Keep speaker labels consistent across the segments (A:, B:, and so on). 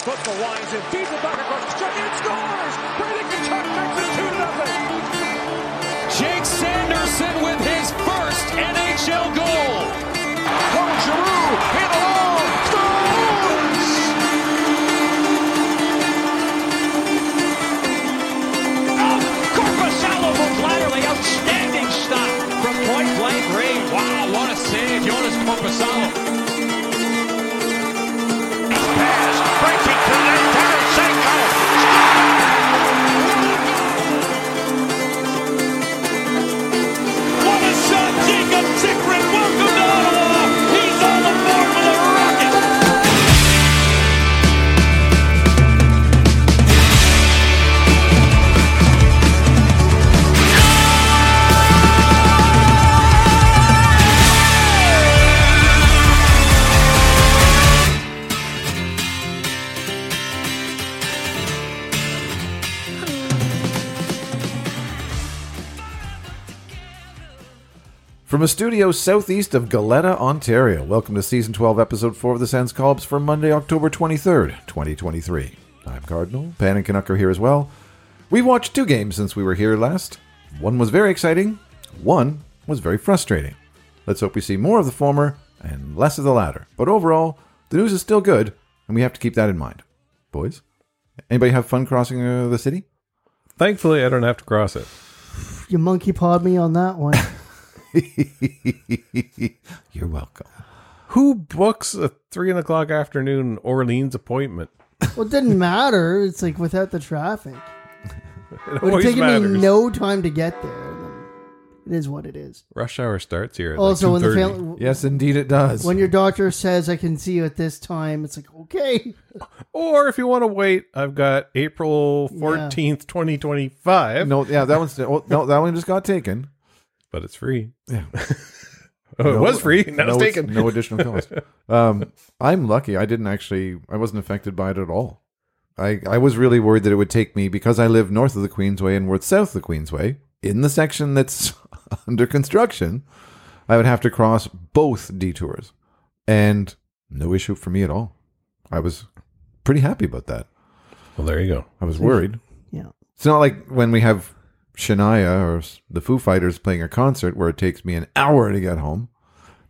A: Football winds in, feeds it back across the strike, and scores! Brady Kachuk makes it 2 0.
B: Jake Sanderson with his first NHL goal.
A: Paul Giroux hit alone, scores!
B: Oh, Korpisalo from Blatterly, outstanding stop from point blank range. Wow, what a save, Jonas Korpisalo.
C: pass, breaking through net, Tarasenko,
B: What a shot, Jacob Chikrin, welcome to Ottawa. He's on the board with a rocket.
D: From a studio southeast of Galena, Ontario, welcome to Season 12, Episode 4 of the Sans Colbs for Monday, October 23rd, 2023. I'm Cardinal. Pan and Canuck are here as well. We watched two games since we were here last. One was very exciting, one was very frustrating. Let's hope we see more of the former and less of the latter. But overall, the news is still good, and we have to keep that in mind. Boys, anybody have fun crossing uh, the city?
E: Thankfully, I don't have to cross it.
F: You monkey pawed me on that one.
D: You're welcome.
E: Who books a three o'clock afternoon Orleans appointment?
F: well, it didn't matter. It's like without the traffic.
E: It
F: It would
E: always
F: have taken
E: matters.
F: me no time to get there. and then It is what it is.
E: Rush hour starts here. At
F: Also, when the
E: family,
F: family,
D: Yes, indeed it does.
F: when your doctor says I can see you at this time, it's like okay.
E: or if you want to wait, I've got April fourteenth, twenty twenty five.
D: No, yeah, that one's oh, no, that one just got taken.
E: but it's free.
D: Yeah.
E: oh, it
D: No-
E: was free. Now
D: no,
E: it's
D: it's-
E: taken.
D: No additional cost. um, I'm lucky. I didn't actually. I wasn't affected by it at all. I I was really worried that it would take me because I live north of the Queensway and we're south of the Queensway in the section that's under construction. I would have to cross both detours, and no issue for me at all. I was pretty happy about that.
E: Well, there you go.
D: I was worried.
F: Yeah.
D: It's not like when we have Shania or s- the Foo Fighters playing a concert where it takes me an hour to get home.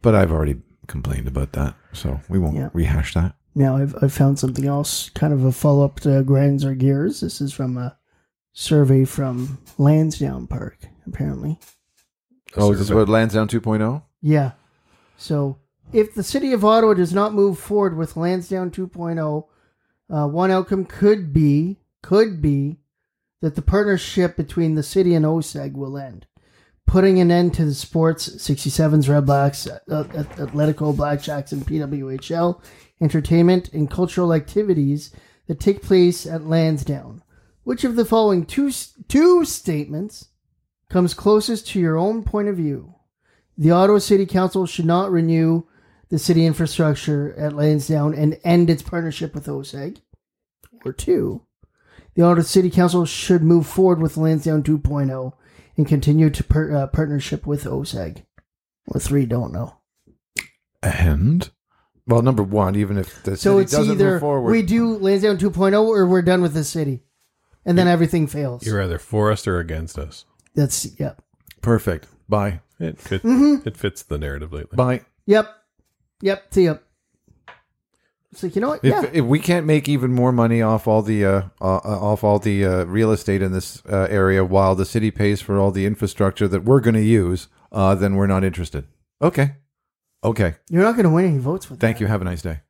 D: But I've already complained about that, so we won't
F: Yeah.
D: rehash that.
F: Now I've I've found something else, kind of a follow up to grinds or gears. This is from a survey from Lansdowne Park, apparently.
D: Oh, is this
E: survey.
D: what Lansdowne 2.0?
F: Yeah. So if the city of Ottawa does not move forward with Lansdowne 2.0, uh, one outcome could be could be that the partnership between the city and OSEG will end, putting an end to the sports 67s, Red Blacks, uh, At- Atletico Blackjacks, and PWHL entertainment and cultural activities that take place at Lansdowne. Which of the following two s- two statements comes closest to your own point of view? The Ottawa City Council should not renew the city infrastructure at Lansdowne and end its partnership with OSEG. Or two, the Ottawa City Council should move forward with Lansdowne 2.0 and continue to per, uh, partnership with OSEG. Or three, don't know.
D: And well, number one, even if the
F: So
D: city
F: it's
D: doesn't
F: either
D: move forward,
F: we do Lansdowne 2.0 or we're done with the city. And then everything fails.
E: You're either for us or against us.
F: That's, yep.
D: perfect. Bye,
E: It fit,
D: Mm-hmm.
E: it fits the narrative lately.
D: bye.
F: Yep. Yep. See yep. It's like, you know what?
D: If,
F: yeah.
D: if we can't make even more money off all the uh, uh, off all the uh, real estate in this uh, area while the city pays for all the infrastructure that we're going to use, uh, then we're not interested. Okay, okay.
F: You're not going to win any votes with
D: Thank you. Have a nice day.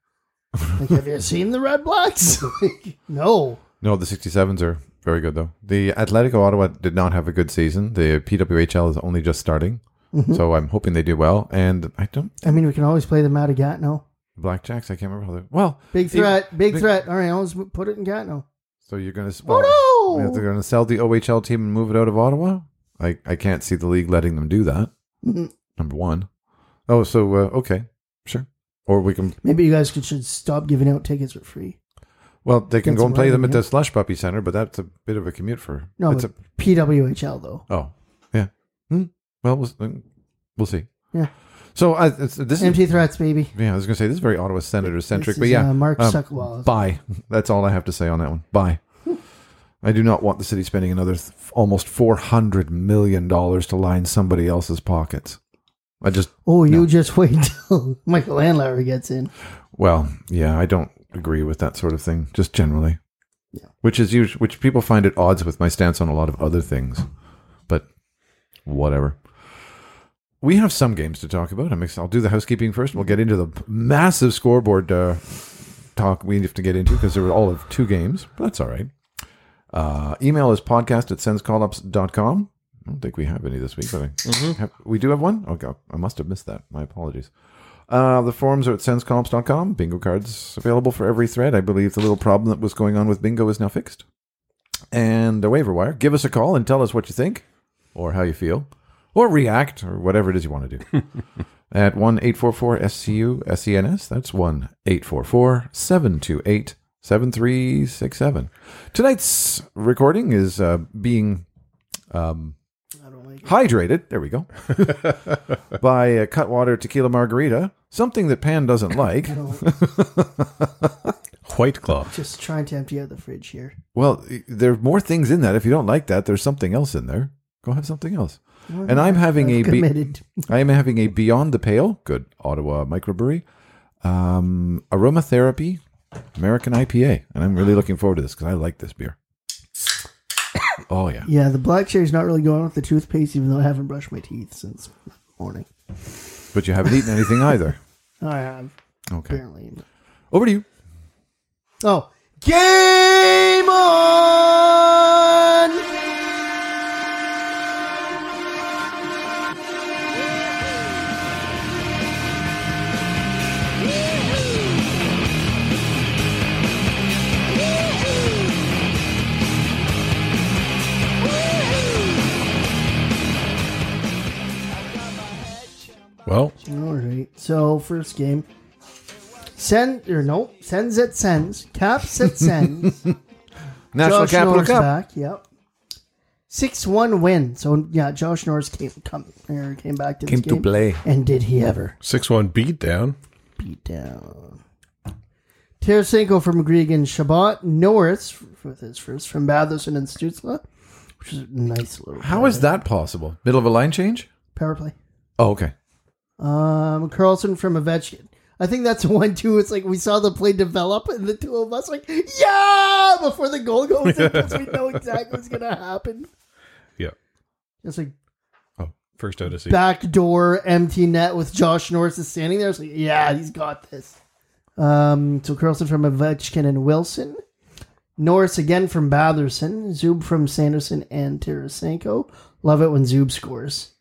F: Like, have you seen the Red Blacks? like, no.
D: No, the 67s are very good, though. The Atletico Ottawa did not have a good season. The PWHL is only just starting.
F: Mm-hmm.
D: So I'm hoping they do well. And I don't.
F: I mean, we can always play them out of Gatineau.
D: Blackjacks, I can't remember how they. Well.
F: Big
D: if-
F: threat. Big, threat. All right, let's put it in Gatineau.
D: So you're going to.
F: Oh, no!
D: They're going to sell the OHL team and move it out of Ottawa? I, I can't see the league letting them do that.
F: Mhm.
D: Number one. Oh, so, uh, okay. Sure. Or we can.
F: Maybe you guys could, should stop giving out tickets for free.
D: Well, they can
F: That's
D: go and play
F: right,
D: them at
F: yeah.
D: the Slush Puppy Center, but that's a bit of a commute for.
F: No,
D: it's a,
F: but PWHL, though.
D: Oh, yeah. Hmm. Well, we'll, we'll see.
F: Yeah.
D: So I, it's, this is
F: Empty threats, baby.
D: yeah. I was gonna say this is very Ottawa senator centric,
F: This
D: but
F: is,
D: yeah,
F: uh, Mark
D: um,
F: Suckwall.
D: Bye. That's all I have to say on that one. Bye.
F: Hmm.
D: I do not want the city spending another th- almost four hundred million dollars to line somebody else's pockets. I just
F: Oh, you just wait till Michael Landauer gets in.
D: Well, yeah, I don't agree with that sort of thing, just generally. Yeah. Which is usually, which people find at odds with my stance on a lot of other things, but whatever. We have some games to talk about. I'm ex- I'll do the housekeeping first. and We'll get into the massive scoreboard uh, talk we have to get into because there were all of two games. But that's all right. Uh, email is podcast at sensecallups.com. I don't think we have any this week, but I have, we do have one. Oh, God. I must have missed that. My apologies. Uh, the forums are at sensecolumns.com. Bingo cards available for every thread. I believe the little problem that was going on with bingo is now fixed. And the waiver wire. Give us a call and tell us what you think or how you feel or react or whatever it is you want to do. at 1 844 SCU SENS. E That's 1 844 728 7367. Tonight's recording is uh, being um, hydrated. There we go. by uh, Cutwater Tequila Margarita, something that Pan doesn't like.
E: White Claw.
F: Just trying to empty out the fridge here.
D: Well, there are more things in that. If you don't like that, there's something else in there. Go have something else. and I'm having a
F: I've
D: be-
F: committed.
D: I am having a Beyond the Pale, good Ottawa microbrewery, um, aromatherapy, American IPA, and I'm really looking forward to this because I like this beer. Oh yeah,
F: Yeah, the black cherry's not really going with the toothpaste, even though I haven't brushed my teeth since morning.
D: but you haven't eaten anything either.
F: I have
D: Okay,
F: apparently.
D: over to you.
F: Oh, game on!
E: Well,
F: All right. So first game, send or no sends at sends caps at sends.
D: National
F: Josh
D: Capital
F: Norris
D: Cup.
F: back. Yep. Six one win. So yeah, Josh Norris came come er, came back to this
D: Came to
F: game.
D: play.
F: And did he ever
E: 6 1 beat down.
F: beat down? Tarasenko from McGregor, Shabbat Norris f- with his first from Batherson and Stutzla, which is a nice little
D: How is that possible? Middle of a line change?
F: power play.
D: Oh, okay.
F: Um, Carlson from Ovechkin. I think that's one two. It's like we saw the play develop, and the two of us like, yeah, before the goal goes in, because we know exactly what's gonna happen.
E: Yeah.
F: It's like
E: Oh, first out of season.
F: backdoor empty net with Josh Norris is standing there. It's like, yeah, he's got this. Um, so Carlson from Ovechkin and Wilson. Norris again from Batherson. Zub from Sanderson and Tarasenko. Love it when Zub scores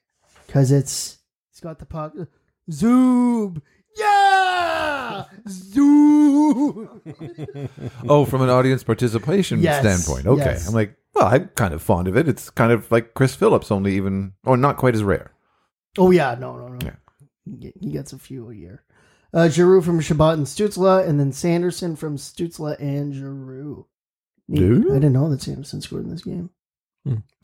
F: because it's he's got the puck. Zub, yeah, Zub.
D: Oh, from an audience participation
F: Yes,
D: standpoint. Okay.
F: yes.
D: I'm like, well, I'm kind of fond of it. It's kind of like Chris Phillips, only even, or not quite as rare.
F: Oh yeah, no, no, no.
D: Yeah.
F: He get- He gets a few a year. Uh, Giroux from Shabbat and Stutzla, and then Sanderson from Stutzla and Giroux. Neat.
D: Dude.
F: I didn't know that Sanderson scored in this game.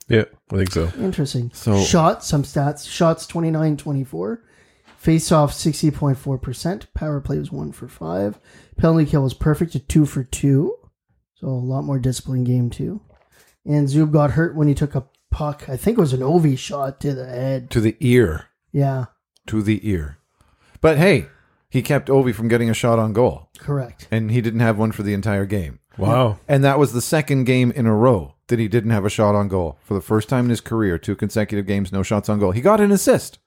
E: Yeah, I think so.
F: Interesting.
D: So-
F: shot some stats. Shots 29-24. Face off 60.4%. Power play was 1 for 5. Penalty kill was perfect at 2 for 2. So a lot more disciplined game too. And Zub got hurt when he took a puck. I think it was an OV shot to the head.
D: To the ear.
F: Yeah,
D: To the ear. But hey, he kept Ovi from getting a shot on goal,
F: correct.
D: and he didn't have one for the entire game.
E: Wow.
D: And that was the second game in a row that he didn't have a shot on goal. For the first time in his career, two consecutive games, no shots on goal. He got an assist,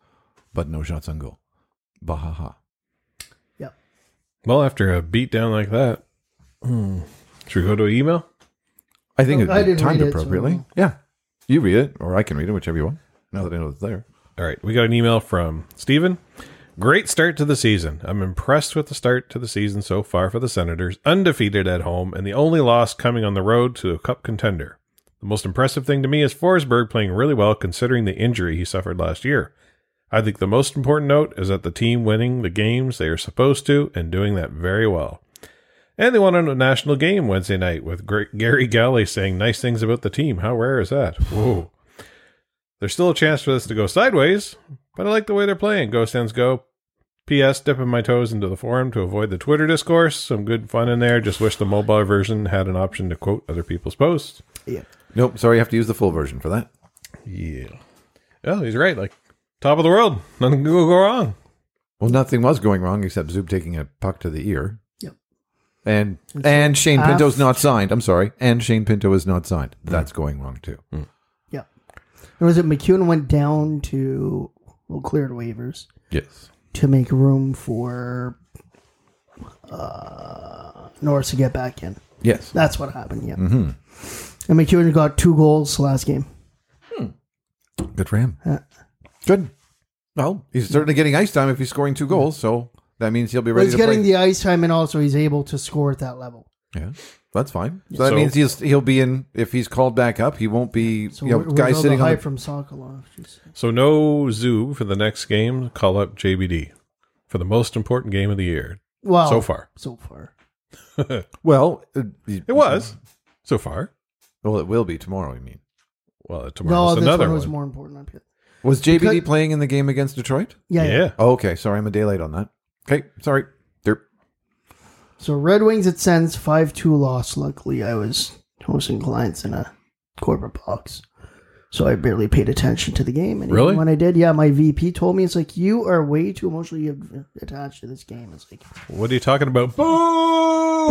D: but no shots on goal. Bahaha.
F: Yep.
E: Well, after a beat down like that, hmm, should we go to email?
D: I think
F: Oh, I
D: it'd be
F: didn't
D: timed
F: read it, so-
D: appropriately. yeah. You read it, or I can read it, whichever you want, now that I know it's there.
E: All right, we got an email from Steven. Great start to the season. I'm impressed with the start to the season so far for the Senators, undefeated at home and the only loss coming on the road to a cup contender. The most impressive thing to me is Forsberg playing really well considering the injury he suffered last year. I think the most important note is that the team winning the games they are supposed to and doing that very well. And they won a national game Wednesday night with Gr- Gary Galley saying nice things about the team. How rare is that? Whoa. There's still a chance for this to go sideways, but I like the way they're playing. Go Sens go. P.S. Dipping my toes into the forum to avoid the Twitter discourse. Some good fun in there. Just wish the mobile version had an option to quote other people's posts.
D: Nope, sorry, you have to use the full version for that.
E: Yeah. Oh, he's right. Like, top of the world. Nothing could go wrong.
D: Well, nothing was going wrong except Zub taking a puck to the ear.
F: Yep. Ah.
D: And and Shane
F: half-
D: Pinto's not signed. I'm sorry. And Shane Pinto is not signed. That's going wrong too.
F: Yeah. And was it McEwen went down to well cleared waivers
D: Yes.
F: to make room for uh, Norris to get back in.
D: Yes.
F: That's what happened. Yeah.
D: Mm-hmm.
F: And McEwen got two goals last game.
D: Good for him.
F: Uh.
D: Good. Well, he's certainly getting ice time if he's scoring two goals, so that means he'll be
F: But
D: ready
F: he's
D: to play.
F: getting the ice time, and also he's able to score at that level.
D: yeah, that's fine. So that
E: So-
D: means he's, he'll be in if he's called back up. He won't be
F: So
D: you know,
F: we're,
D: guy
F: we're
D: sitting on.
F: high
D: The,
F: from Sokolov. Jeez.
E: So no Zub for the next game. Call up JBD for the most important game of the year
F: Well,
E: so far.
F: so far.
D: well, it,
E: It was so far.
D: Well, it will be tomorrow. You mean
E: Well,
F: No,
E: tomorrow's
F: this
E: another
F: one
E: one.
F: was more important. I feel.
D: was JBD
F: Because-
D: playing in the game against Detroit?
F: Yeah, yeah.
E: yeah.
D: Oh, okay, sorry, I'm a day late on that. Okay, sorry. Derp.
F: So Red Wings at Sens five two loss. Luckily, I was hosting clients in a corporate box, so I barely paid attention to the game. And even
E: Really?
F: when I did, yeah, my VP told me it's like you are way too emotionally attached to this game. It's like,
E: What are you talking about? Boo!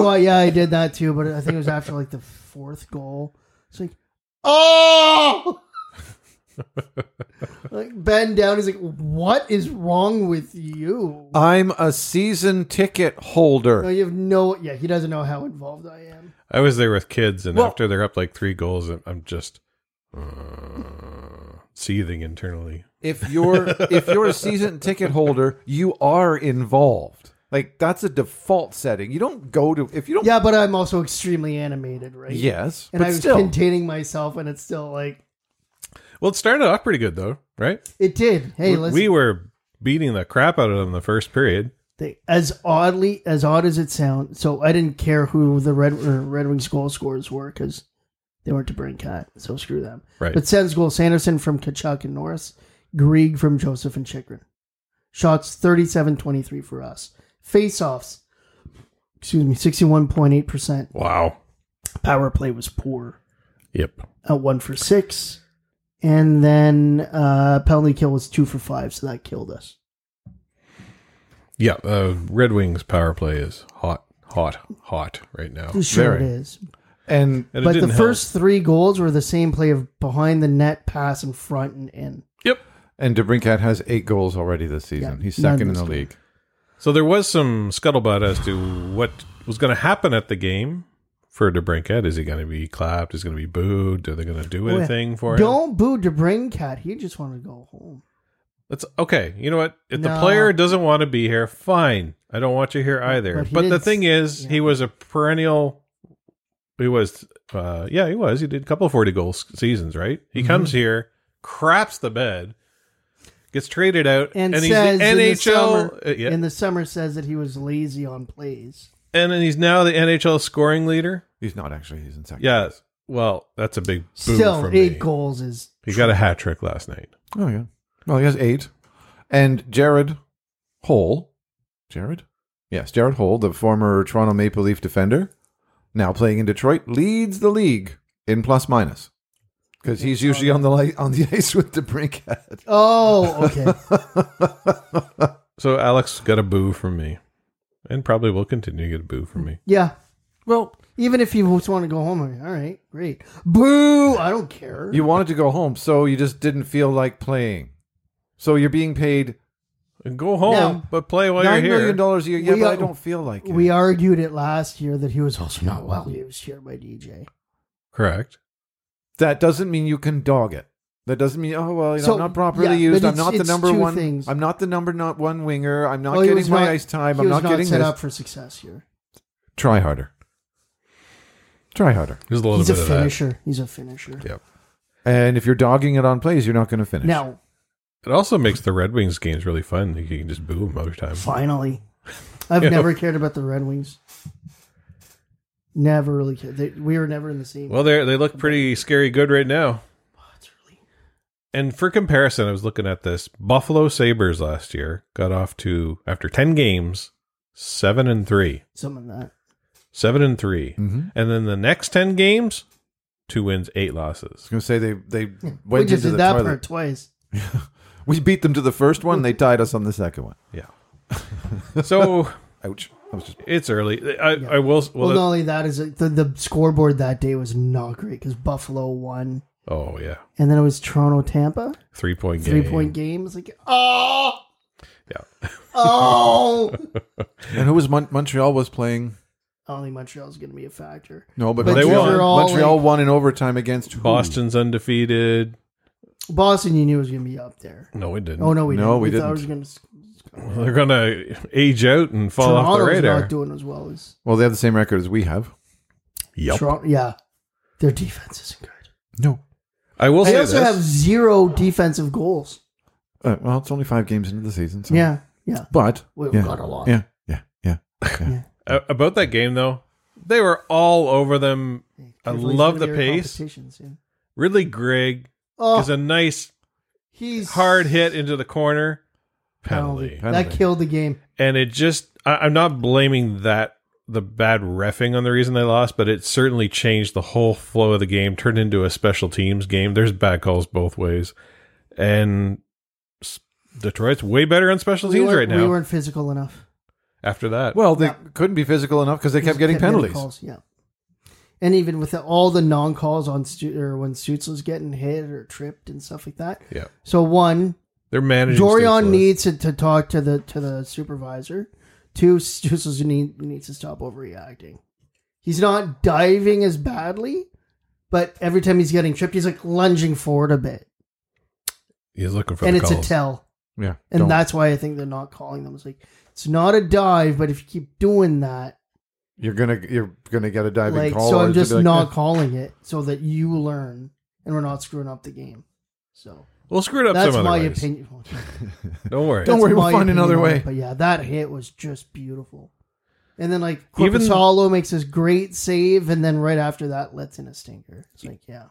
F: well, yeah, I did that too, but I think it was after like the fourth goal. It's like, oh. like Ben down is like, what is wrong with you?
D: I'm a season ticket holder.
F: No, you have no. Yeah, he doesn't know how involved I am.
E: I was there with kids, and
D: Well-
E: after they're up like three goals, I'm- I'm just uh, seething internally.
D: if you're if you're a season ticket holder, you are involved. Like that's a default setting. You don't go to if you don't.
F: Yeah, but I'm also extremely animated, right?
D: Yes,
F: and
D: but
F: I was
D: still,
F: containing myself, and it's still like
E: Well, it started off pretty good though, right?
F: it did. Hey,
E: We-
F: listen,
E: we were beating the crap out of them the first period.
F: they, as oddly as odd as it sounds, so I didn't care who the Red or Red Wings goal scorers were because they weren't to bring cat, so screw them.
E: Right.
F: But Sens goal: Sanderson from Kachuk and Norris, Grieg from Joseph and Chikrin. Shots 37-23 for us. Face-offs, excuse me, sixty-one point eight percent.
E: Wow.
F: Power play was poor.
E: Yep.
F: at uh, one for six, and then uh, penalty kill was two for five, so that killed us.
E: Yeah. Uh, Red Wings power play is hot, hot, hot right now.
F: Sure
D: Very.
F: it is,
D: and
E: And it
F: but the
E: didn't help.
F: first three goals were the same play of behind the net, pass, and front and in.
E: Yep.
D: and DeBrincat has eight goals already this season.
F: Yeah,
D: He's
F: none
D: second in
F: this
D: the
F: game.
D: league.
E: So there was some scuttlebutt as to what was going to happen at the game for DeBrincat. Is he going to be clapped? Is he going to be booed? Are they going to
F: Oh,
E: do anything for him?
F: Don't boo DeBrincat. He just wanted to go home.
E: That's okay. You know what? If the
F: No.
E: player doesn't want to be here, fine. I don't want you here either.
F: but
E: But,
F: he
E: the
F: didn't
E: thing is,
F: yeah.
E: he was a perennial. He was, uh, yeah, he was. He did a couple forty goal s- seasons, right? He
F: Mm-hmm.
E: comes here, craps the bed, gets traded out,
F: And,
E: and,
F: says
E: he's the
F: in the
E: NHL.
F: summer,
E: uh, yeah.
F: in the summer says that he was lazy on plays.
E: and then he's now the NHL scoring leader.
D: He's not actually. He's in second.
E: Yeah. Well, that's a big boo
F: Still,
E: from
F: eight
E: me.
F: goals is
E: He got a hat trick last night.
D: Oh yeah. Well, he has eight, and Jared Hole, Jared, yes, Jared Hole, the former Toronto Maple Leaf defender, now playing in Detroit, leads the league in plus minus because he's usually on the li- on the ice with DeBrincat.
F: oh okay.
E: So Alex got a boo from me, and probably will continue to get a boo from me.
F: Yeah. Well, even if you just want to go home, I'm like, all right, great. Boo! I don't care.
D: You wanted to go home, so you just didn't feel like playing. So you're being paid
E: Go home,
F: Now-
E: but play while you're
D: nine
E: here.
D: million dollars a year. Yeah,
F: We
D: but
F: are-
D: I don't feel like it.
F: we argued it last year that he was also not well used here by DJ.
E: Correct.
D: That doesn't mean you can dog it. That doesn't mean oh well, you know,
F: So,
D: I'm not properly
F: yeah,
D: used.
F: but
D: I'm
F: it's-
D: not the
F: it's
D: number
F: two
D: one.
F: things.
D: I'm not the number not one winger. I'm not
F: Well, he was
D: getting my
F: not-
D: ice time.
F: he
D: I'm
F: was
D: not, getting
F: set
D: this.
F: up for success here.
D: Try harder. Try harder.
E: There's a little
F: He's a
E: bit of that.
F: finisher. He's a finisher.
E: Yep.
D: And if you're dogging it on plays, you're not going to finish.
F: Now,
E: It also makes the Red Wings games really fun. You can just boo them other time.
F: finally, I've
E: You know.
F: never cared about the Red Wings. Never really cared. They, we were never in the same.
E: Well, they they look pretty scary good right now.
F: It's really-
E: And for comparison, I was looking at this. Buffalo Sabres last year got off to after 10 games, 7 and 3.
F: Something like that.
E: 7 and 3.
D: Mm-hmm. I
E: And then the next 10 games, 2 wins, 8 losses.
D: was going to say they they went
F: we just
D: into
F: did
D: the
F: that
D: toilet.
F: part twice.
D: We beat them to the first one. They tied us on the second one.
E: So
D: Ouch! I was just
E: it's early. I, I will well,
F: Well, not only that is it, the the scoreboard that day was not great because Buffalo won,
E: Oh yeah.
F: and then it was Toronto Tampa
E: 3-point game.
F: three point game. It's like oh
E: Yeah.
F: oh.
D: and who was Mon- Montreal was playing?
F: I don't think Montreal's going to be a factor.
D: No, but,
F: But
E: they
D: Montreal,
E: won.
D: Montreal won in overtime against who?
E: Boston's undefeated.
F: Boston, you knew was going to be up there.
E: No, it didn't.
F: Oh no, we
D: No,
F: didn't.
D: we
F: thought it was
D: didn't.
F: going to.
E: They're going to age out and fall off the
F: Toronto's
E: radar.
F: not doing as well as
D: Well, they have the same record as we have.
E: Yep.
F: Toronto. Yeah, their defense isn't good.
D: No.
E: I will
F: They
E: say
F: also
E: this.
F: have zero defensive goals.
D: Uh, well, it's only five games into the season.
E: Oh.
D: So.
F: Yeah, yeah.
D: But
F: We've
D: yeah,
F: got a lot.
D: Yeah, yeah, yeah.
E: A- about that game though, they were all over them. I
F: Everybody's
E: love the
F: gonna be our
E: pace.
F: competitions, yeah.
E: Ridley Gregg is
F: Oh,
E: a nice
F: he's
E: hard hit into the corner penalty,
F: That
D: Penalty.
F: killed the game.
E: and it just. I, I'm not blaming that the bad refing on the reason they lost, but it certainly changed the whole flow of the game. Turned into a special teams game. There's bad calls both ways, and s- Detroit's way better on special
F: We
E: teams right
F: weren't, we
E: now.
F: weren't physical enough.
E: after that,
D: Well, they
F: Yeah.
D: couldn't be physical enough because they kept getting penalties.
F: calls, yeah. And even with the, all the non calls on Stu, or when Stutz was getting hit or tripped and stuff like that.
E: Yeah.
F: So one,
E: they're managing.
F: Dorian
E: Stutz.
F: needs to, to talk to the to the supervisor. Two, Stutz need, needs to stop overreacting. He's not diving as badly, but every time he's getting tripped, he's like lunging forward a bit,
E: He's looking for
F: and
E: the
F: it's
E: calls.
F: a tell.
D: Yeah.
F: And
D: don't.
F: that's why I think they're not calling them. It's like it's not a dive, but if you keep doing that,
D: you're gonna you're gonna get a diving
F: like
D: call.
F: so
D: or
F: I'm
D: it's gonna
F: just
D: be like,
F: not
D: eh.
F: calling it so that you learn and we're not screwing up the game. So
E: We'll screw it up
F: that's
E: some other
F: my
E: ways.
F: opinion.
E: Don't worry.
D: Don't worry, we'll
F: my
D: find
F: opinion
D: another
F: on
D: way.
F: it, But yeah, that hit was just beautiful. And then like
E: Even-
F: Corpusalo makes this great save, and then right after that lets in a stinker. It's like yeah,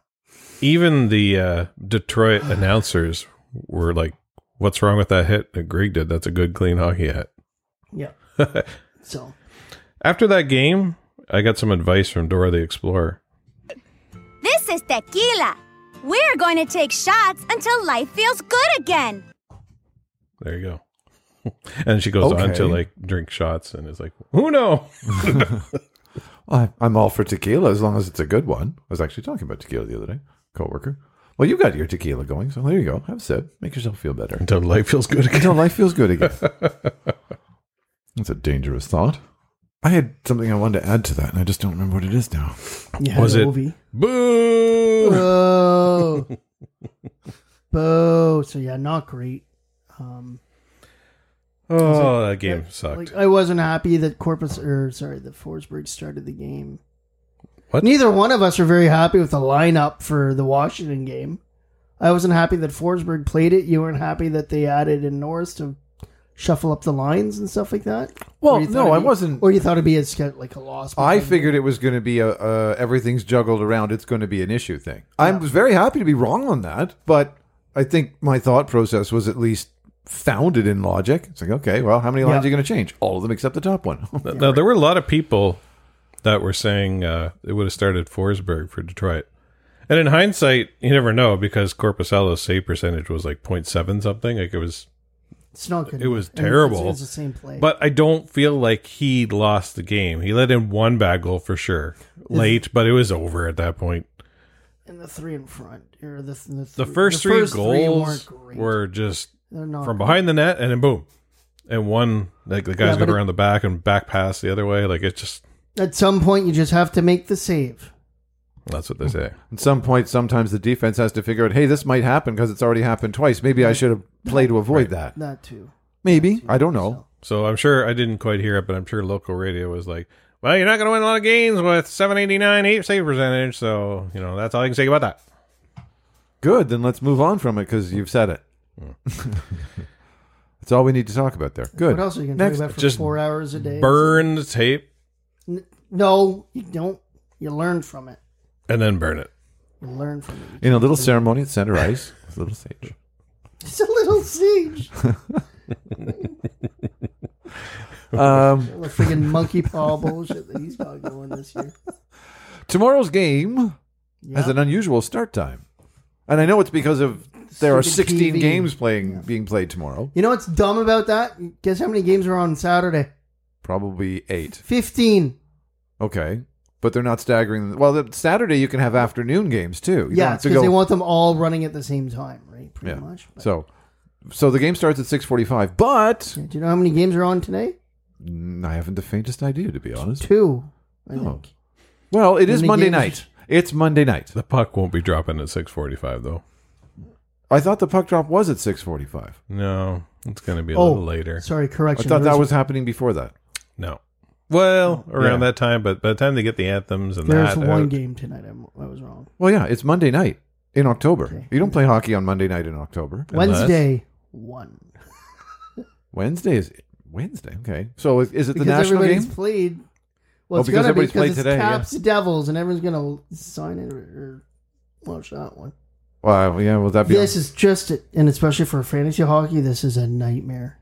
E: even the uh, Detroit announcers were like, "What's wrong with that hit that Greg did? That's a good clean hockey hit."
F: yeah. so
E: After that game, I got some advice from Dora the Explorer.
G: This is tequila. We're going to take shots until life feels good again.
E: There you go. And she goes on
D: Okay.
E: to like drink shots and is like, "Who know?"
D: Well, I- I'm all for tequila as long as it's a good one. I was actually talking about tequila the other day, coworker. Well, you got your tequila going, so there you go. Have a sip. Make yourself feel better
E: Until life feels good again.
D: until life feels good again. That's a dangerous thought. I had something I wanted to add to that, and I just don't remember what it is now.
F: yeah,
E: Was
F: the
E: it-
F: movie.
E: Boo!
F: Boo. Boo. So yeah, not great. Um,
E: Oh, that game sucked.
F: like I wasn't happy that Corpus or sorry, that Forsberg started the game.
E: What?
F: Neither one of us are very happy with the lineup for the Washington game. I wasn't happy that Forsberg played it. You weren't happy that they added in Norris to shuffle up the lines and stuff like that.
D: Well,
F: Or you thought
D: Oh, no,
F: it'd
D: I
F: be-
D: wasn't-
F: Or you thought it'd be a, sca- like a loss.
D: I
F: because-
D: figured it was going to be a, a everything's juggled around. It's going to be an issue thing. I was very happy to be wrong on that, but I think my thought process was at least founded in logic. It's like, okay, well, how many lines
F: Yeah.
D: are you going to change? All of them except the top one.
E: now there were a lot of people that were saying uh, it would have started Forsberg for Detroit. And in hindsight, you never know because Corpusello's save percentage was like 0.7 something. Like it was
F: it's not good.
E: it was
F: enough. And it's-
E: terrible.
F: It's the same play.
E: But I don't feel like he lost the game. He let in one bad goal for sure late, but it was over at that point.
F: and the three in front or the th-
E: The
F: th-
E: first three
F: first
E: goals
F: weren't great.
E: were just
F: They're not
E: from
F: good.
E: behind the net, and then boom, and one like the guys
F: Yeah,
E: got
F: but it-
E: around the back and back pass the other way. Like it's just
F: At some point, you just have to make the save.
E: that's
F: Mm.
E: what they say.
D: At some point, sometimes the defense has to figure out, hey, this might happen because it's already happened twice. Maybe I should have played to avoid that.
F: That too.
D: Maybe I don't know.
E: So I'm sure I didn't quite hear it, but I'm sure local radio was like, "Well, you're not going to win a lot of games with 789 eight save percentage." So you know that's all I can say about that.
D: Good, then let's move on from it because you've said it. That's all we need to talk about there. Good.
F: Hmm. What else are you going to talk
D: Next,
F: about for
E: just
F: four hours a day?
E: Burn the tape
F: N- No, you don't. You learn from it.
E: and then burn it.
F: learn from it.
D: In a little ceremony at Center Ice with Little Sage.
F: It's a little siege.
D: Um,
F: All the friggin' monkey paw bullshit that he's got going this year.
D: tomorrow's game has
F: Yeah.
D: an unusual start time. And I know it's because of there are
F: Stupid
D: 16
F: TV.
D: games playing being played tomorrow.
F: You know what's dumb about that? Guess how many games are on Saturday?
D: Probably 8.
F: 15.
D: Okay. But they're not staggering. them. Well, the Saturday you can have afternoon games too. You don't
F: yeah,
D: have to
F: because
D: go-
F: they want them all running at the same time, right? Pretty
D: Yeah.
F: much. But-
D: So so the game starts at 6:45, but
F: Yeah, do you know how many games are on today?
D: Mm, I haven't the faintest idea to be honest.
F: Two. I
D: Oh.
F: think.
D: Well, it is
F: many
D: Monday
F: games-
D: night. It's Monday night.
E: The puck won't be dropping at 6:45 though.
D: I thought the puck drop was at 6:45.
E: No, it's going to be a
F: Oh,
E: little later.
F: Sorry,
D: I
F: correction.
D: thought that
F: There's-
D: was happening before that.
E: No. Well, around
D: Yeah.
E: that time, but by the time they get the anthems and
F: there's
E: that, uh,
F: one
E: out-
F: game tonight. I'm, I was wrong.
D: Well, yeah, it's Monday night in October.
F: Okay.
D: You don't play hockey on Monday night in October.
E: Unless-
F: Wednesday one.
D: Wednesday is Wednesday. Okay, so is, is it the
F: because
D: national
F: everybody's
D: game?
F: played. Well,
D: Oh,
F: it's
D: because
F: gonna be
D: everybody's played
F: because it's
D: today, yeah.
F: Caps Devils, and everyone's gonna sign it or, or watch that one.
D: Well, yeah, will that be?
F: This is just, a, and especially for fantasy hockey, this is a nightmare.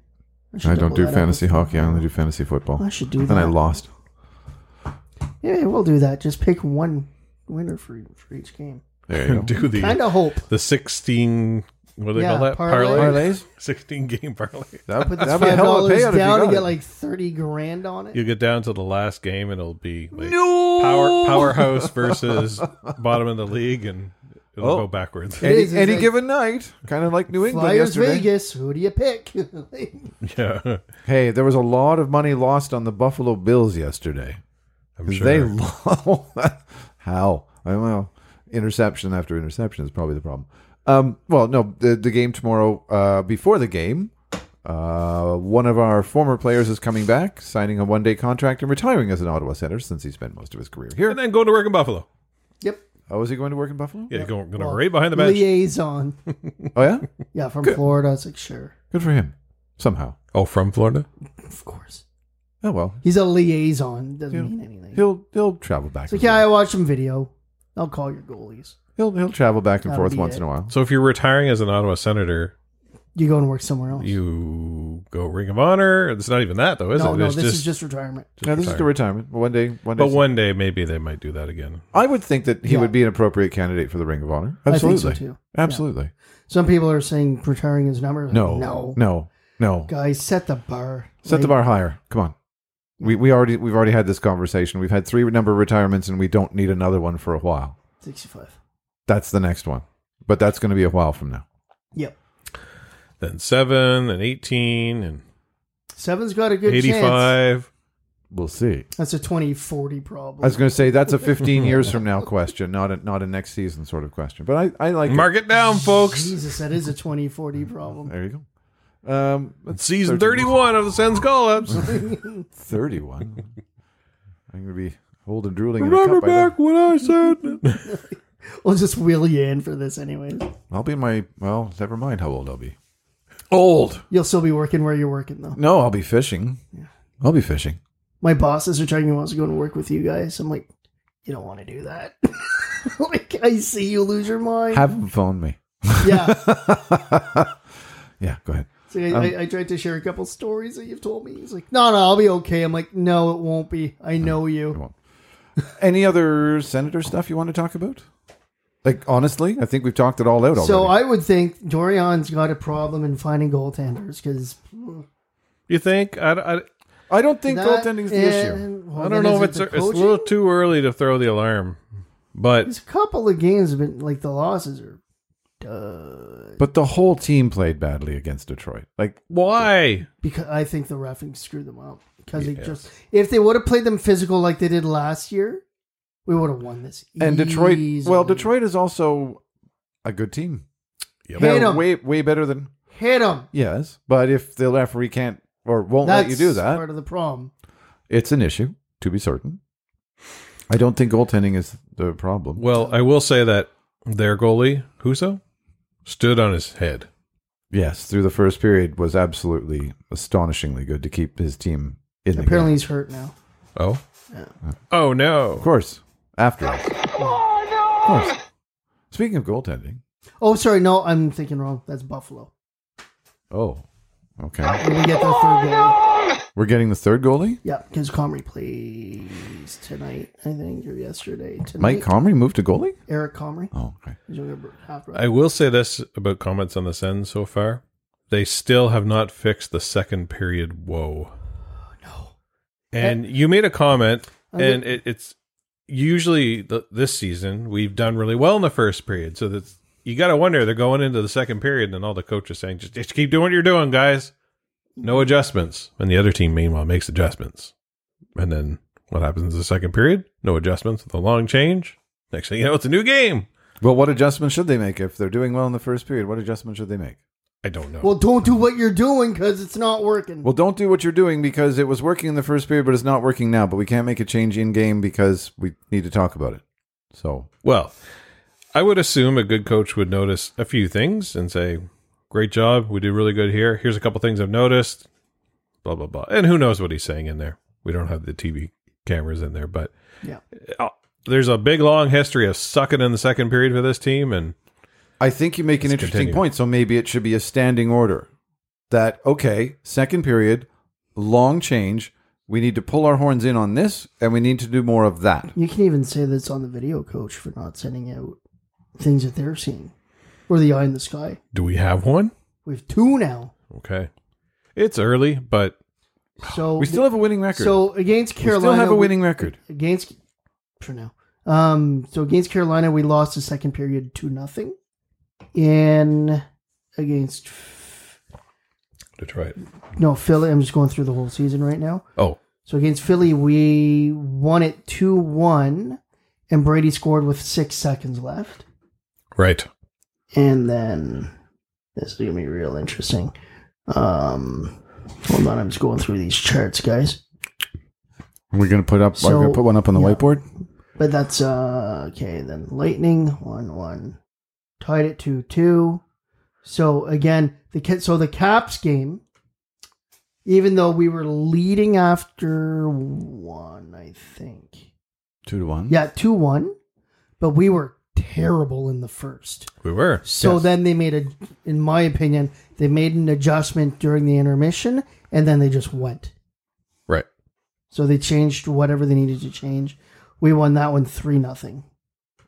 F: should
D: I don't
F: double
D: do
F: that up.
D: fantasy hockey. I only do fantasy football.
F: I should do
D: Then I
F: that.
D: lost.
F: Yeah, we'll do that. Just pick one winner for e-, for each game.
D: There you go.
E: do the
F: Kind of hope.
E: the 16 what do they
F: Yeah,
E: call that?
F: parlay.
D: Parlays.
E: 16 game parlay.
D: That
F: Put
D: would
F: the
D: that'd be a
F: five
D: hell of a
F: dollars
D: payout if you
F: down
D: got
F: and
D: it.
F: get like thirty grand on it.
E: You get down to the last game and it'll be like power powerhouse versus bottom of the league and it'll
D: Oh.
E: go backwards.
D: any,
F: is, it's
D: any
F: like-
D: given night, kind of like New England
F: Flyers
D: yesterday.
F: Vegas. Who do you pick?
E: Yeah.
D: Hey, there was a lot of money lost on the Buffalo Bills yesterday.
E: I'm sure.
D: They lost. How? I don't know. Interception after interception is probably the problem. Um, well, no, the, the game tomorrow, uh, before the game, uh, one of our former players is coming back, signing a one day contract and retiring as an Ottawa Senator since he spent most of his career here.
E: and then going to work in Buffalo.
F: yep.
D: Oh, is he going to work in Buffalo?
E: Yeah, going, going to
F: Well,
E: right behind the bench.
F: Liaison.
D: Oh, yeah?
F: Yeah, from Florida. It's like sure,
D: Good for him. Somehow.
E: Oh, from Florida?
F: of course.
D: Oh, well.
F: He's a liaison. Doesn't
D: Yeah.
F: mean anything.
D: He'll he'll travel back.
F: It's like
D: and
F: yeah,
D: forth.
F: I watched some video. I'll call your goalies.
D: He'll he'll travel back and
F: That'll
D: forth
F: be
D: once
F: it.
D: in a while.
E: So if you're retiring as an Ottawa Senator,
F: You go and work somewhere else.
E: you go Ring of Honor. It's not even that though, is
F: no,
E: it?
F: no,
E: It's
F: this is just retirement.
D: No, this is the
E: retirement.
D: retirement. One day, one day.
E: But one day maybe they might do that again.
D: I would think that he
F: Yeah.
D: would be an appropriate candidate for the Ring of Honor.
F: I think so,
D: Absolutely.
F: too.
D: Absolutely.
F: Some people are saying retiring his number.
D: No.
F: no,
D: No. No.
F: Guys, set the bar.
D: Set the
F: Like,
D: bar higher. Come on. We we already we've already had this conversation. We've had three number retirements and we don't need another one for a while.
F: Sixty-five.
D: That's the next one. But that's going to be a while from now.
F: Yep.
E: Then seven and eighteen and
F: Seven's got a good chance.
E: eighty-five.
D: We'll see.
F: That's a 2040 problem.
D: I was going to say that's a 15 years from now question, not a not a next season sort of question. But I I like it.
E: Mark it down, folks.
F: Jesus, that is a 2040 problem.
D: There you go. Um,
E: It's Season thirty-one of the Sens Call-ups.
D: 31. I'm going to be old and drooling. in a cup by then.
E: when I said
F: We'll just wheel you in for this, anyways.
D: I'll be in my well. Never mind how old I'll be.
F: You'll still be working where you're working, though.
D: No, I'll be fishing. I'll be fishing.
F: My bosses are trying to want to go to work with you guys. I'm like, you don't want to do that. like, I see you lose your mind.
D: Have them phone me.
F: yeah.
D: Yeah, go ahead.
F: So I, I, I tried to share a couple stories that you've told me. He's like, no, no, I'll be okay. I'm like, no, it won't be. I know
D: It
F: you.
D: won't. Any other senator stuff you want to talk about? Like honestly, I think we've talked it all out already.
F: So I would think Dorian's got a problem in finding goaltenders because
E: you think I, I,
D: I don't think goaltending is the issue.
E: I don't know if it's it's a little too early to throw the alarm, but
F: There's a couple of games have been like the losses are
D: But the whole team played badly against Detroit. Like
E: why?
F: because I think the refing screwed them up because they just if they would have played them physical like they did last year, we would have won this.
D: and Detroit. Well,
F: easily.
D: Detroit is also a good team.
F: hit
D: They're
F: them,
D: way way better than
F: hit them.
D: yes. But if the referee can't or won't
F: That's
D: let you do that,
F: part of the problem.
D: it's an issue to be certain. I don't think goaltending is the problem.
E: Well, I will say that their goalie Huso stood on his head.
D: Yes, through the first period was absolutely astonishingly good to keep his team in the
F: Apparently,
D: game.
F: he's hurt now.
E: Oh, oh
D: Of
E: no!
D: course, after us. Of course. Speaking of goaltending,
F: Oh, sorry, no, I'm thinking wrong. That's Buffalo.
D: oh, okay.
F: We get the third goal.
D: We're getting the third goalie.
F: Yeah, because Comrie plays tonight, I think, or yesterday. Tonight.
D: Mike Comrie moved to goalie.
F: Eric Comrie.
D: Oh, okay.
F: He's a good half
E: I
F: brother.
E: will say this about comments on this end so far. They still have not fixed the second period woe. No. And you made a comment,
F: I'm
E: and
F: good.
E: it, it's usually the, this season we've done really well in the first period. So that's you got to wonder they're going into the second period, and all the coaches saying just, just keep doing what you're doing, guys. No adjustments, and the other team meanwhile makes adjustments, and then what happens in the second period? No adjustments, the long change. Next thing you know, it's a new game.
D: Well, what adjustments should they make if they're doing well in the first period? What adjustments should they make?
E: I don't know.
F: Well, don't do what you're doing because it's not working.
D: Well, don't do what you're doing because it was working in the first period, but it's not working now. But we can't make a change in game because we need to talk about it. So
E: Well, I would assume a good coach would notice a few things and say, "Great job, we did really good here. Here's a couple things I've noticed." Blah blah blah, and who knows what he's saying in there? We don't have the TV cameras in there, but
F: Yeah.
E: Uh, there's a big long history of sucking in the second period for this team, and
D: I think you make an
E: Let's
D: interesting
E: continue.
D: point. So maybe it should be a standing order that, okay, second period, long change. We need to pull our horns in on this and we need to do more of that.
F: you can even say that's on the video coach for not sending out things that they're seeing or the eye in the sky.
E: do we have one?
F: We have two now.
E: Okay, it's early, but
F: So
D: We still have a winning record.
F: so against
D: we
F: Carolina.
D: still have a
F: we-
D: winning record.
F: against for now. Um, so against Carolina, we lost the second period to nothing. In against
E: Detroit.
F: no Philly, I'm just going through the whole season right now.
E: Oh,
F: So against Philly, we won it two one, and Brady scored with six seconds left.
E: right.
F: And then this is gonna be real interesting. Um, hold on, I'm just going through these charts, guys.
D: We're going to put up.
F: So-
D: we're going to put one up on the
F: yeah.
D: whiteboard.
F: But that's uh okay, then lightning one one. Tied it two two. So again, the kid so the caps game, even though we were leading after one, I think.
D: Two to one.
F: Yeah, two one. But we were terrible in the first.
E: We were.
F: So then they made a in my opinion, they made an adjustment during the intermission and then they just went.
E: Right.
F: So they changed whatever they needed to change. We won that one 3 nothing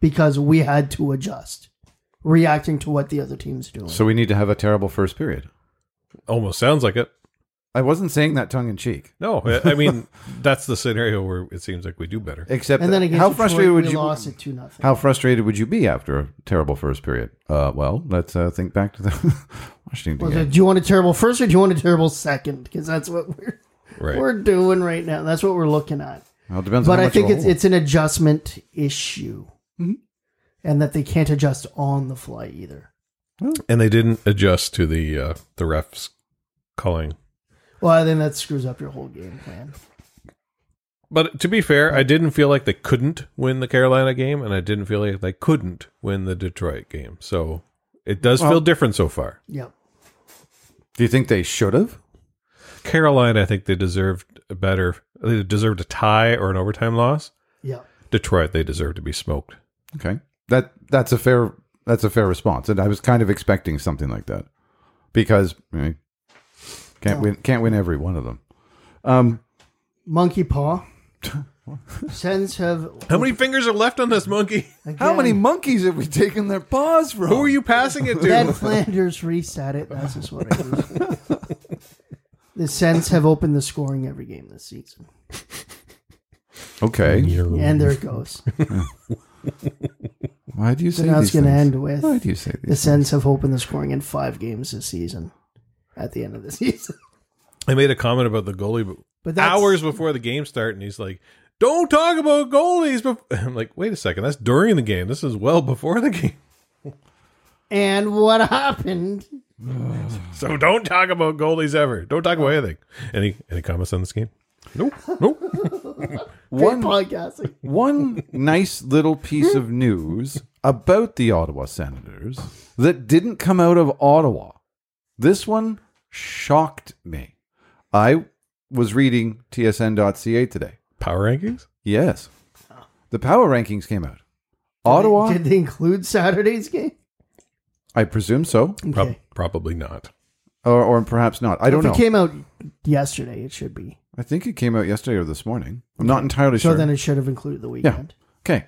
F: because we had to adjust, reacting to what the other team's doing.
D: So we need to have a terrible first period.
E: Almost sounds like it.
D: I wasn't saying that tongue in cheek.
E: No, I- I mean that's the scenario where it seems like we do better.
D: Except
F: and then
D: that-
F: against
D: how
F: Detroit,
D: frustrated would
F: we
D: you
F: lost it 2 nothing.
D: How frustrated would you be after a terrible first period? Uh, well, let's uh, think back to the Washington
F: Well,
D: game.
F: Do you want a terrible first or do you want a terrible second? Because that's what we're
E: Right.
F: we're doing right now. That's what we're looking at.
D: Well, it depends on
F: But
D: how
F: I
D: much
F: think
D: of a
F: it's
D: hole.
F: it's an adjustment issue, and that they can't adjust on the fly either.
E: and they didn't adjust to the uh, the refs calling.
F: Well, then that screws up your whole game plan.
E: But to be fair, I didn't feel like they couldn't win the Carolina game, and I didn't feel like they couldn't win the Detroit game. So it does feel
D: Well-
E: different so far.
F: Yep.
D: Do you think they should have?
E: Carolina, I think they deserved a better. They deserved a tie or an overtime loss.
F: Yep.
E: Detroit, they deserved to be smoked.
D: Okay. That that's a fair that's a fair response, and I was kind of expecting something like that because I mean, can't win can't win every one of them. Um,
F: Monkey paw. Sens have
E: How many fingers are left on this monkey?
D: how
F: again,
D: many monkeys have we taken their paws from?
E: Who are you passing it
F: Ben
E: to?
F: Flanders reset it. That's just what I do. the Sens have opened the scoring every game this season,
D: Okay.
F: and there it goes.
D: Why do you say
F: So now
D: these
F: it's going to
D: things?
F: end with
D: Why do you say these?
F: the Sens have opened the scoring in five games this season. At the end of the season,
E: I made a comment about the goalie but
F: but that's,
E: hours before the game start, and he's like, "Don't talk about goalies." Bef-. I'm like, "Wait a second, that's during the game. This is well before the game."
F: and what happened?
E: So don't talk about goalies ever. Don't talk about anything. Any any comments on this game? Nope. Nope.
F: Great
D: One-
F: podcasting.
D: one nice little piece of news about the Ottawa Senators that didn't come out of Ottawa. This one shocked me. I was reading tsn.ca today.
E: Power rankings?
D: Yes. The power rankings came out. Ottawa?
F: Did they include Saturday's game?
D: I presume so,
F: Okay.
E: Prob- probably not.
D: or, or perhaps not. I don't
F: if
D: know.
F: it came out yesterday, it should be.
D: I think it came out yesterday or this morning. I'm not entirely
F: So
D: sure.
F: then it should have included the weekend.
D: okay.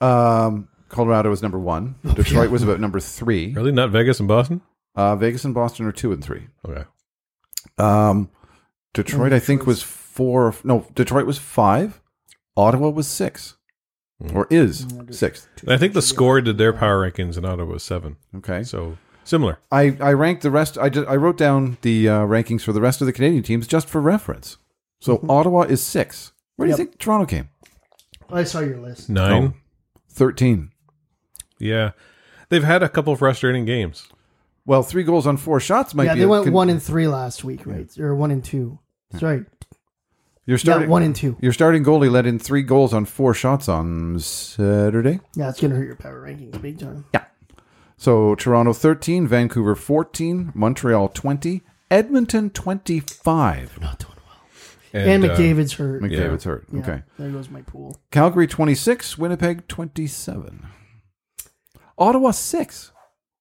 D: Um, Colorado was number one. Detroit was about number three.
E: Really, not Vegas and Boston.
D: Uh, Vegas and Boston are two and three.
E: Okay.
D: Um, Detroit,
F: Oh,
D: I think, was four. No, Detroit was five. Ottawa was six,
F: Hmm.
D: or is sixth.
E: And I think the score did their power rankings in Ottawa was seven.
D: Okay,
E: So similar.
D: I, I ranked the rest. I, did, I wrote down the uh, rankings for the rest of the Canadian teams just for reference. So Ottawa is six. Where do
F: Mm-hmm. Yep.
D: you think Toronto came?
F: I saw your list.
E: Nine.
D: Oh. Thirteen.
E: Yeah. They've had a couple frustrating games.
D: Well, three goals on four shots might
F: yeah,
D: be.
F: they
D: a
F: went
D: con-
F: one and three last week, right? Or one and two. Sorry,
D: You're
F: yeah,
D: starting
F: one and two.
D: Your starting goalie let in three goals on four shots on Saturday.
F: Yeah, it's gonna hurt your power rankings big time.
D: So Toronto 13, Vancouver 14, Montreal 20, Edmonton 25.
F: Not doing well. And,
E: uh,
F: McDavid's hurt.
D: McDavid's hurt.
F: Yeah,
D: Okay.
F: there goes my pool.
D: Calgary 26, Winnipeg 27. Ottawa 6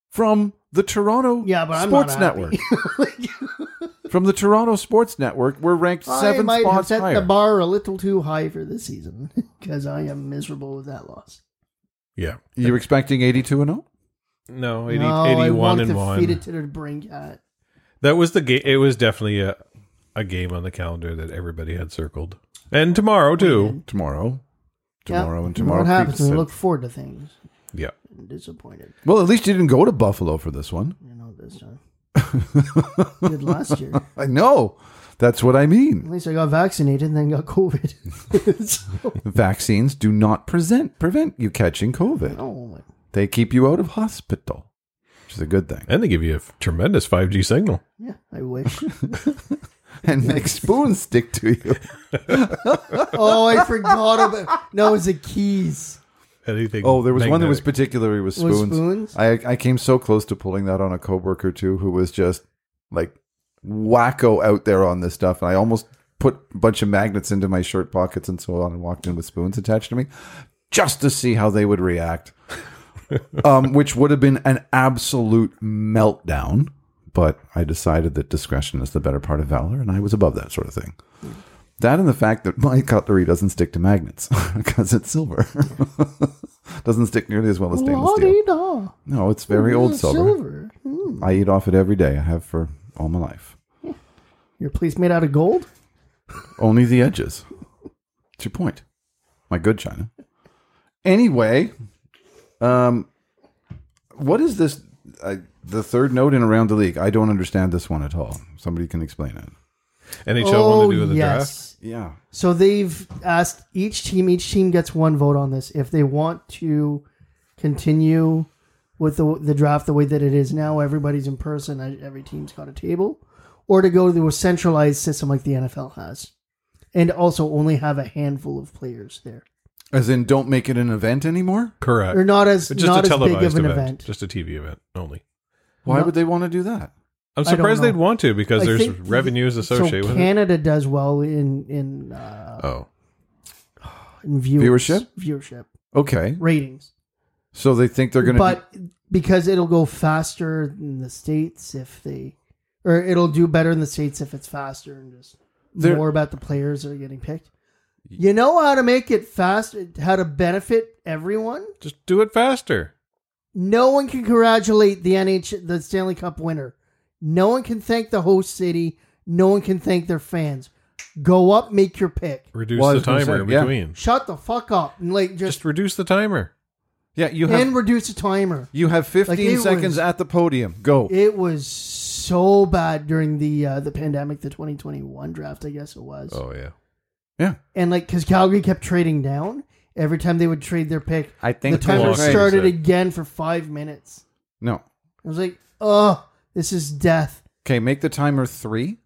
D: from the Toronto
F: Yeah, but I'm
D: Sports
F: not
D: Network.
F: happy.
D: from the Toronto Sports Network, we're ranked
F: I
D: 7
F: might have
D: spots
F: set
D: higher.
F: the bar a little too high for this season because I am miserable with that loss.
E: yeah.
D: You're expecting 82 and 0?
E: No, 80,
F: no, I
E: 81
F: want
E: and
F: to feed it
E: one.
F: to the brink at.
E: That was the game. It was definitely a, a game on the calendar that everybody had circled. And tomorrow, too.
D: Mm-hmm. Tomorrow. Tomorrow
F: Yeah,
D: and tomorrow.
F: What happens?
D: creeps
F: I
D: in.
F: look forward to things.
E: Yeah.
F: I'm disappointed,
D: Well, at least you didn't go to Buffalo for this one.
F: you know, this time. Did last year. At
D: I know. That's what I mean.
F: least I got vaccinated and then got COVID. So-
D: Vaccines do not present prevent you catching COVID.
F: oh my
D: They keep you out of hospital, which is a good thing.
E: And they give you a f- tremendous 5G signal.
F: Yeah, I wish.
D: And make spoons stick to you.
F: oh, I forgot about. No, it was the keys.
E: Anything.
D: Oh, there was one that was
E: magnetic.
D: particularly with
F: Was
D: spoons.
F: spoons?
D: I I came so close to pulling that on a coworker too, who was just like wacko out there on this stuff, and I almost put a bunch of magnets into my shirt pockets and so on, and walked in with spoons attached to me, just to see how they would react. um, which would have been an absolute meltdown, but I decided that discretion is the better part of valor, and I was above that sort of thing. That and the fact that my cutlery doesn't stick to magnets because it's silver. doesn't stick nearly as well as stainless steel.
F: La-di-da.
D: No, it's very old
F: Yeah,
D: silver.
F: silver. Hmm.
D: I eat off it every day. I have for all my life.
F: Your police made out of gold?
D: Only the edges. It's your point. My good china. Anyway, um, what is this? I, the third note in around the league. I don't understand this one at all. Somebody can explain it.
E: NHL one
D: Oh,
E: to do with the draft.
D: Yeah.
F: Oh, So they've asked each team. Each team gets one vote on this if they want to continue with the the draft the way that it is now. Everybody's in person. and Every team's got a table, or to go to a centralized system like the NFL has, and also only have a handful of players there.
D: As in, don't make it an event anymore.
E: Correct.
F: Or not as
E: It's just
F: not
E: a
F: as big
E: televised
F: of an
E: event,
F: event.
E: Just a TV event only.
D: Why
F: No.
D: would they want to do that?
E: I'm
F: I don't
E: surprised
F: know.
E: they'd want to because
F: I
E: there's
F: think-
E: revenues associated
F: so
E: with
F: Canada does well in in uh,
E: it. Oh.
F: in viewers,
D: Viewership?
F: viewership
D: Okay.
F: ratings.
D: So they think they're going to.
F: but because it'll go faster in the states if they or it'll do better in the states if it's faster and just
D: There-
F: more about the players that are getting picked you know how to make it fast how to benefit everyone
E: Just do it faster.
F: no one can congratulate the nh the stanley cup winner no one can thank the host city no one can thank their fans go up make your pick
E: Reduce
D: Well, I
E: the
D: was gonna
E: timer
D: say,
E: in
D: yeah.
E: between.
F: shut the fuck up and like just,
E: Just reduce the timer.
D: yeah, you have
F: and reduce the timer
D: you have 15
F: it
D: seconds
F: was-
D: at the podium. Go.
F: It was so bad during the uh, the pandemic, the 2021 draft, I guess it was.
E: Oh yeah.
D: yeah.
F: And like, because Calgary kept trading down every time they would trade their pick,
D: I think
F: the timer
E: Milwaukee
F: started
E: said-
F: again for five minutes.
D: No.
F: I was like, oh, this is death.
D: Okay. Make the timer three.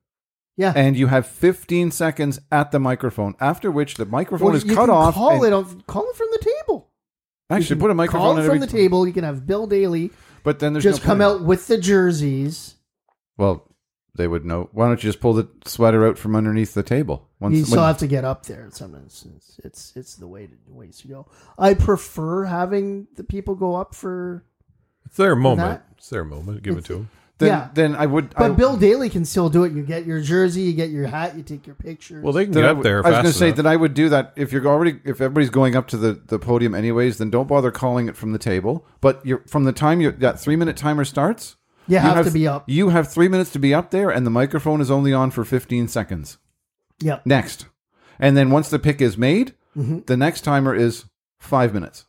F: Yeah,
D: and you have 15 seconds at the microphone. After which the microphone
F: Well,
D: is
F: you
D: cut
F: can
D: off.
F: Call
D: and-
F: it off, call it from the table. You
D: actually,
F: can
D: put a microphone
F: call it
D: on
F: from
D: every-
F: the table. You can have Bill Daly
D: But then there's
F: just
D: no
F: come
D: player.
F: out with the jerseys.
D: Well, they would know. Why don't you just pull the sweater out from underneath the table? Once,
F: you still
D: when-
F: have to get up there sometimes. It's it's, it's the way to ways to go. I prefer having the people go up for,
E: It's their moment.
F: That-
E: It's their moment. Give it to them.
D: then,
F: yeah.
D: then I would.
F: but
D: I,
F: Bill Daly can still do it. You get your jersey, you get your hat, you take your pictures.
E: Well, they can
D: then
E: get
D: I
E: up
D: would-
E: there.
D: I was
E: fast
D: gonna say
E: enough.
D: that I would do that if you're already if everybody's going up to the, the podium anyways. Then don't bother calling it from the table. But you're, from the time your that three minute timer starts,
F: you, have, to be up.
D: You have three minutes to be up there, and the microphone is only on for 15 seconds.
F: Yep.
D: Next. And then once the pick is made,
F: Mm-hmm.
D: the next timer is five minutes.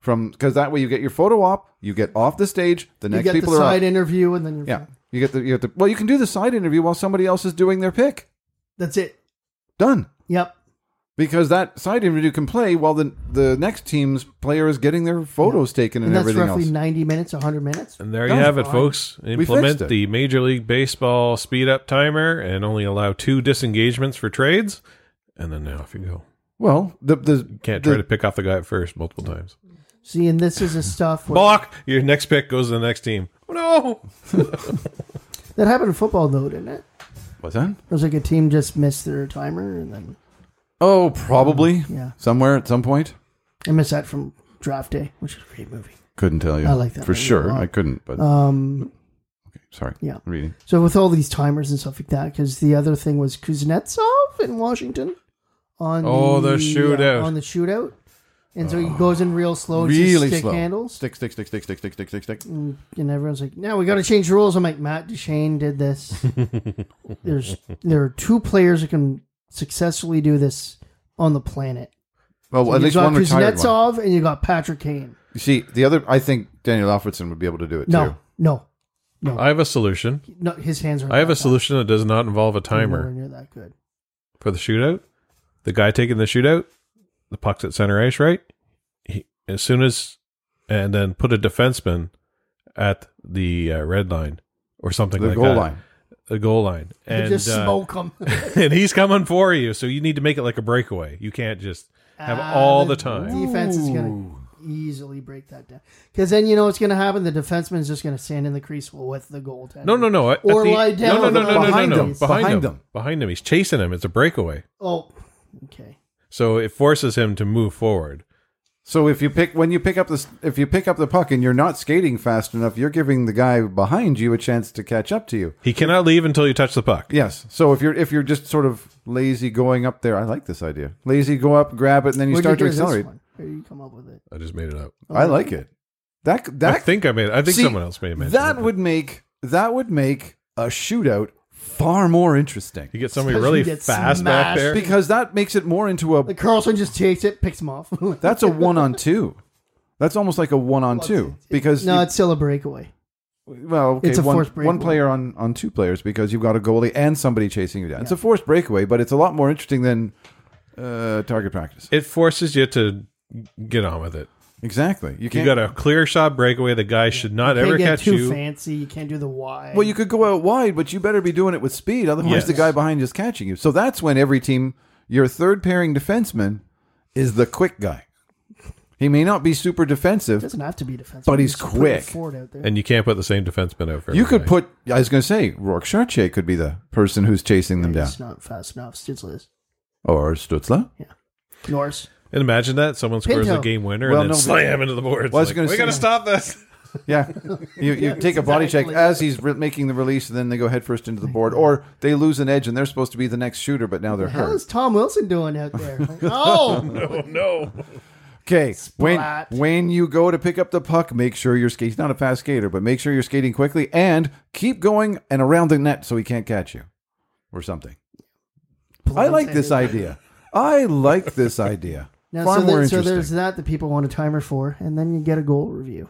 D: From because that way you get your photo op, you get off the stage, the
F: You
D: next
F: get the
D: people are
F: side
D: up.
F: interview, and then you're
D: yeah. You get the you get the well, you can do the side interview while somebody else is doing their pick.
F: That's it.
D: Done.
F: Yep.
D: Because that side interview can play while the the next team's player is getting their photos taken and,
F: And that's
D: everything
F: roughly
D: else. Uh,
F: 90 minutes, 100 minutes.
E: And there you
D: That was
E: have it,
D: fine.
E: folks.
D: fixed
E: Implement
D: it.
E: the Major League Baseball speed up timer and only allow two disengagements for trades. And then now, if you go,
D: Well, the the
E: can't
D: the-
E: try to pick off the guy at first multiple times.
F: See, and this is the stuff where-
E: Balk, your next pick goes to the next team. Oh, no,
F: that happened in football, though, didn't it?
D: what's that?
F: It was like a team just missed their timer and then
D: Oh, probably.
F: Mm, Yeah.
D: Somewhere at some point.
F: I missed that from Draft Day, which is a great movie.
D: Couldn't tell you.
F: I like that
D: for
F: movie a
D: sure.
F: lot.
D: I couldn't, but
F: Um,
D: sorry.
F: yeah.
D: reading.
F: so with all these timers and stuff like that, because the other thing was Kuznetsov in Washington on
E: Oh, the shootout. Oh.
F: on the shootout, and so he goes in real slow, and just
D: Really
F: stick
D: slow.
F: handles,
D: Stick, stick, stick, stick, stick, stick, stick, stick, stick.
F: and everyone's like, "No, we got to change the rules." I'm like, Matt Duchene did this. There's there are two players that can successfully do this on the planet.
D: Well, at
F: you
D: least
F: got
D: one retired one.
F: Kuznetsov and you got Patrick Kane.
D: You see, the other, I think Daniel Alfredson would be able to do it
F: No,
D: too.
F: no,
E: I have a solution.
F: no. His hands are.
E: I have
F: not
E: a
F: that-
E: solution that does not involve a
F: Nowhere
E: timer
F: near that good.
E: for the shootout. The guy taking the shootout, the puck's at center ice, right? He, as soon as, and then put a defenseman at the uh, red line or something
D: The
E: like
D: goal
E: that.
D: line.
E: The goal line.
F: And,
E: And
F: just
E: uh,
F: smoke them.
E: and he's coming for you. So you need to make it like a breakaway. You can't just have all
F: Ah,
E: the time.
F: Defense is going to easily break that down because then you know what's going to happen. The defenseman is just going to stand in the crease with the goaltender.
E: No, no, no. At
F: Or
E: the-
F: lie down
E: No, no, no, no, no,
D: behind
E: no, no.
D: him.
E: Behind,
D: Behind
E: him.
D: him.
E: Behind him. He's chasing him. It's a breakaway.
F: Oh, okay.
E: So it forces him to move forward.
D: So if you pick when you pick up this, if you pick up the puck and you're not skating fast enough, you're giving the guy behind you a chance to catch up to you.
E: He cannot leave until you touch the puck.
D: Yes. So if you're if you're just sort of lazy going up there, I like this idea. Lazy, go up, grab it, and then you
F: Where'd
D: start to
F: hear this
D: accelerate.
F: one? Where did you come up with it?
E: I just made it up.
D: I like it. That that
E: I think I made it. I think
D: See,
E: someone else may have mentioned
D: That
E: it.
D: would make that would make a shootout far more interesting
E: You get somebody
F: Especially
E: really
F: get
E: fast back
F: smashed.
E: there.
D: because that makes it more into a
F: Like Carlson just takes it, picks him off.
D: that's a one on two. That's almost like a one on two because
F: no,
D: you-
F: it's still a breakaway.
D: well, okay,
F: it's a
D: one,
F: forced breakaway.
D: one player on on two players because you've got a goalie and somebody chasing you down. It's a forced breakaway, but it's a lot more interesting than uh, target practice.
E: it forces you to get on with it.
D: Exactly. You
E: You
D: can't.
E: got a clear shot breakaway. The guy should not
F: Can't
E: ever
F: get
E: catch
F: too
E: you.
F: fancy. You can't do the Y.
D: well, you could go out wide, but you better be doing it with speed. Otherwise,
E: Yes.
D: the guy behind you is catching you. So that's when every team, your third pairing defenseman, is the quick guy. He may not be super defensive,
F: doesn't have to be defensive.
D: But he's
F: Just put a
D: quick.
F: forward out there.
E: And you can't put the same defenseman out for
D: You could
E: everybody.
D: put. I was going to say Rourke Chartier could be the person who's chasing them down,
F: It's not fast enough. Stitzless.
D: or Stutzla.
F: Norse.
E: And imagine that someone scores
F: Pinto.
E: a game winner
D: Well,
E: and
D: no,
E: then
D: but-
E: slam into the boards.
D: Well, I was
E: like,
D: gonna
E: we
D: say-
E: got to stop this.
D: Yeah, you, you take a body check as he's re- making the release, and then they go headfirst into the board, or they lose an edge and they're supposed to be the next shooter, but now they're
F: How
D: hurt.
F: is Tom Wilson doing out there? Like, oh,
E: Oh no!
D: Okay, when
F: Splat.
D: when you go to pick up the puck, make sure you're skating. He's not a fast skater, but make sure you're skating quickly and keep going and around the net so he can't catch you, or something. I like this idea. I like this idea.
F: Now,
D: Far
F: so,
D: more
F: there- so
D: interesting.
F: there's that that people want a timer for, and then you get a goal review.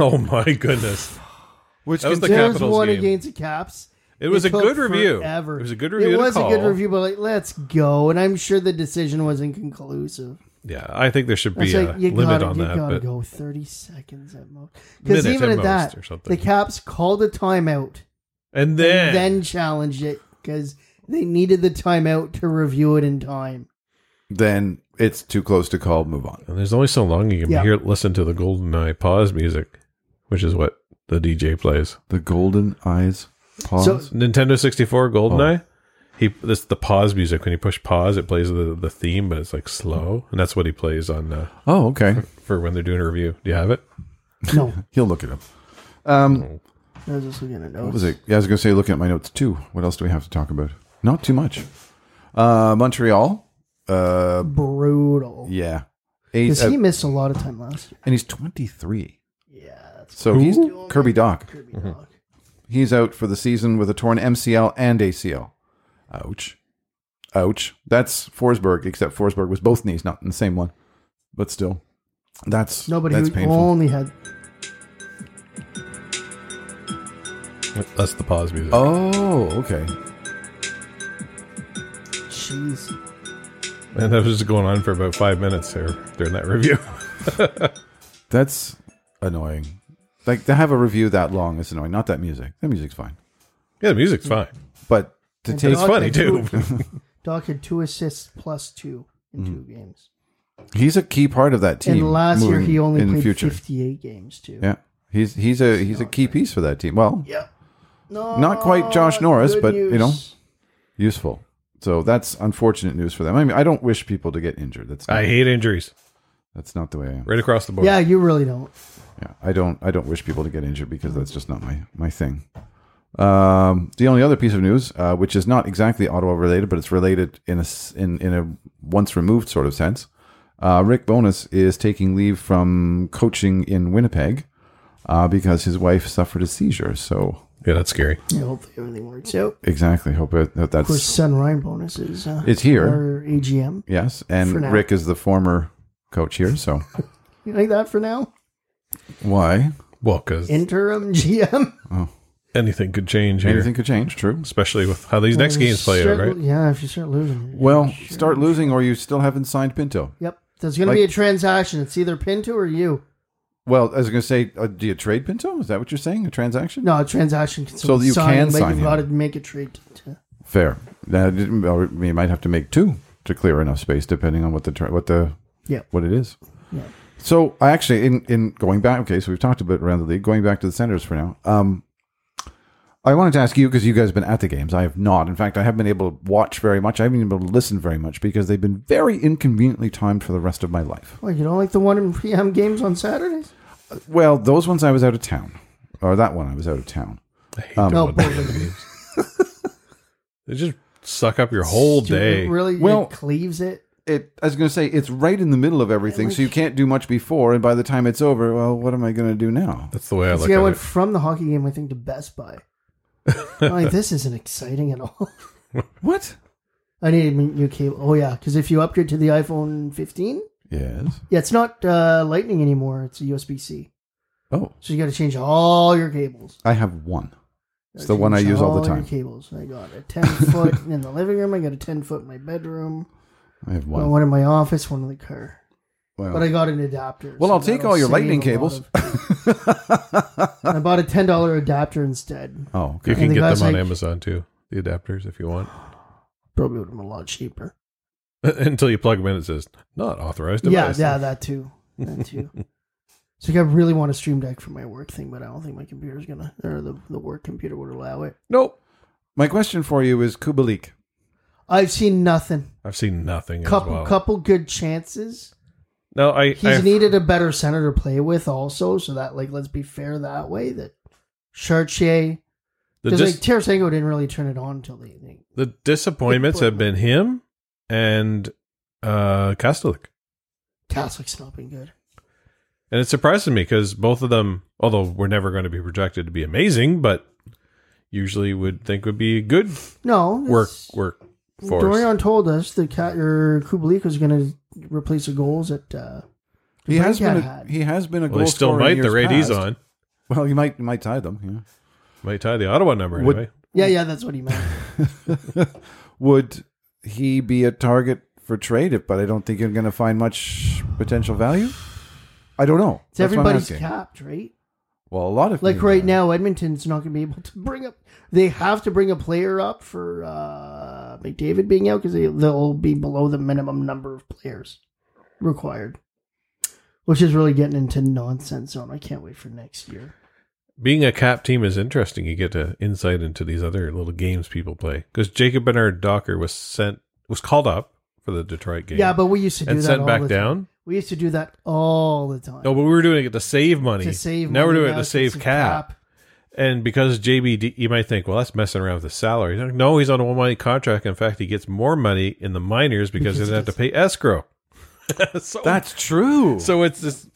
E: Oh my goodness!
D: Which
E: That was the
D: contains-
F: There's
E: Capitals
F: one
E: game.
F: against the Caps.
E: It was a
F: took
E: good review.
F: forever.
E: It was a good review
F: It
E: to
F: was a good
E: call.
F: review, but like, let's go. And I'm sure the decision was inconclusive.
E: Yeah, I think there should
F: It's
E: be a
F: like, you
E: limit
F: gotta,
E: on
F: you
E: that.
F: gotta
E: But
F: go 30 seconds at most. Because
E: Minute
F: even
E: at
F: at,
E: most or
F: that,
E: something.
F: the Caps called a timeout
E: and then,
F: and then challenged it because they needed the timeout to review it in time.
D: then it's too close to call. Move on.
E: and there's only so long you can
F: Yeah.
E: hear listen to the Golden Eye pause music, which is what the DJ plays.
D: The golden eyes Pause.
F: So-
E: Nintendo 64
D: Oh.
E: GoldenEye. He this the pause music when you push pause, it plays the the theme, but it's like slow, and that's what he plays on uh,
D: oh, okay.
E: for when they're doing a review. Do you have it?
F: No,
D: He'll look at him.
F: I was just looking at notes.
D: What was it? Yeah, I was going to say, looking at my notes too. What else do we have to talk about? Not too much. Uh, Montreal. Uh,
F: Brutal.
D: yeah. Eight,
F: Because
D: uh,
F: he missed a lot of time last year.
D: and he's 23.
F: Yeah, that's
D: So he's Kirby Doc.
F: Kirby dog.
D: He's out for the season with a torn MCL and ACL. Ouch. Ouch. That's Forsberg, except Forsberg was both knees, not in the same one. But still, that's
F: Nobody
D: that's
F: who only had
E: That's the pause music.
D: Oh, okay.
F: jeez.
E: And that was just going on for about five minutes there during that review.
D: That's annoying. Like to have a review that long is annoying. Not that music. That music's fine.
E: yeah, the music's fine.
D: But to
F: And
D: take
E: It's funny too.
F: Doc had two assists plus two in two games.
D: he's a key part of that Mm. team.
F: and last year
D: moving
F: he only
D: in the
F: played
D: future.
F: 58 games too.
D: Yeah. He's he's a he's a key piece for that team. Well,
F: Yep. No,
D: Not quite Josh Norris,
F: good
D: but, you know.
F: news.
D: useful. So that's unfortunate news for them. I mean, I don't wish people to get injured. That's not,
E: I hate injuries
D: that's not the way I am.
E: right across the board.
F: Yeah, you really don't.
D: Yeah, I don't I don't wish people to get injured because that's just not my my thing. Um, the only other piece of news, uh, which is not exactly Ottawa related, but it's related in a s- in in a once removed sort of sense. Uh, Rick Bonus is taking leave from coaching in Winnipeg uh, because his wife suffered a seizure. So
E: yeah, that's scary.
F: Yeah, hopefully everything works out.
D: exactly, hope it, that
F: Of course,
D: that's
F: Sun Ryan bonuses. Uh,
D: It's here.
F: Our AGM.
D: yes.
F: for
D: And
F: now.
D: Rick is the former coach here, so
F: You like that for now?
D: why
E: Well, because
F: Interim GM.
E: anything could change here,
D: anything could change? True.
E: especially with how these next games play out,
F: Start-
E: right?
F: Yeah, if you start losing.
D: Well, start losing, or you still haven't signed Pinto.
F: Yep. There's going to be a transaction. It's either Pinto or you.
D: Well, I was going to say, uh, do you trade Pinto? Is that what you're saying? A transaction?
F: No, a transaction can
D: So you can
F: but
D: sign
F: you've
D: him.
F: got to make a trade. To,
D: Fair. That didn't- or you might have to make two to clear enough space, depending on what the tra- what the
F: yeah.
D: what it is. So I actually, in in going back, okay, so we've talked about around the league. Going back to the Senators for now. Um, I wanted to ask you because you guys have been at the games. I have not. In fact, I haven't been able to watch very much. I haven't been able to listen very much because they've been very inconveniently timed for the rest of my life.
F: Well, you don't like the one in PM games on Saturdays?
D: Well, those ones I was out of town, or that one I was out of town.
F: no, both of them.
E: They just suck up your whole
F: Stupid,
E: day.
F: Really?
D: Well-
F: it cleaves it.
D: it I was going to say it's right in the middle of everything, so you can't do much before. And by the time it's over, well, what am I going to do now?
E: That's the way I
F: So
E: look
F: yeah, I
E: at
F: went
E: it.
F: from the hockey game, I think, to Best Buy. I'm like, this isn't exciting at all.
D: What?
F: I need a new cable. Oh, yeah, because if you upgrade to the iPhone 15,
D: Yes.
F: yeah, it's not uh, Lightning anymore. It's a USB C.
D: Oh,
F: So you got to change all your cables.
D: I have one. It's the
F: Change
D: one I use all the
F: your
D: time.
F: cables. I got a 10 foot in the living room. I got a 10 foot in my bedroom.
D: I have
F: One,
D: one.
F: one in my office, one in the car.
D: Well,
F: But I got an adapter.
D: Well, I'll take
F: that'll
D: all your
F: save
D: lightning
F: a lot
D: cables.
F: of- I bought a ten dollar adapter instead.
D: oh, okay.
E: You
F: And
E: can
F: the
E: get
F: guy's
E: them on
F: like-
E: Amazon too. The adapters, if you want,
F: Probably would have been a lot cheaper.
E: until you plug them in, it says not authorized
F: Yeah,
E: device.
F: yeah, that too. That too. so like, I really want a stream deck for my work thing, but I don't think my computer's gonna or the, the work computer would allow it.
E: Nope.
D: My question for you is Kubalik.
F: I've seen nothing.
E: I've seen nothing.
F: Couple
E: as well.
F: couple good chances.
E: No, I.
F: He's e-
E: I
F: needed a better center to play with also, so that like let's be fair that way that Chartier
E: the,
F: because
E: dis-
F: like Tarasenko didn't really turn it on until the evening.
E: the disappointments have been him and uh Kastelik.
F: Caslick's not been good.
E: And it surprises me because both of them, although we're never going to be projected to be amazing, but usually would think would be a good
F: No
E: work
F: it's-
E: work force.
F: Dorian told us that Cat or Kubalik was going to replace the goals at. Uh,
D: He has been a,
F: Braincat had.
D: he has been a
E: well,
D: goal
E: they still
D: scorer in
E: might. The
D: years
E: radis
D: past.
E: on
D: Well, he might he might tie them. Yeah.
E: might tie the Ottawa number
D: Would-
E: anyway.
F: yeah, yeah, that's what he meant.
D: Would he be a target for trade? If, but I don't think you're going to find much potential value. I don't know.
F: It's
D: That's what I'm
F: everybody's
D: asking.
F: capped, right?
D: Well, a lot of
F: Like
D: people
F: right
D: are.
F: now, Edmonton's not going to be able to bring up. They have to bring a player up for uh, McDavid being out because they, they'll be below the minimum number of players required, which is really getting into nonsense zone. I can't wait for next year.
E: being a cap team is interesting. You get to insight into these other little games people play because Jacob Bernard Docker was sent was called up for the Detroit game.
F: Yeah, but we used to do
E: and
F: that all
E: sent back
F: the
E: down.
F: Time. We used to do that all the time.
E: No, but we were doing it to save money.
F: to save.
E: now
F: money,
E: we're doing it
F: now
E: to
F: it's
E: save cap. And because JBD, you might think, well, that's messing around with his salary. Like, no, he's on a one money contract. In fact, he gets more money in the minors because, he
F: Because
E: doesn't
F: he
E: have to pay escrow. so,
D: That's true.
E: so it's this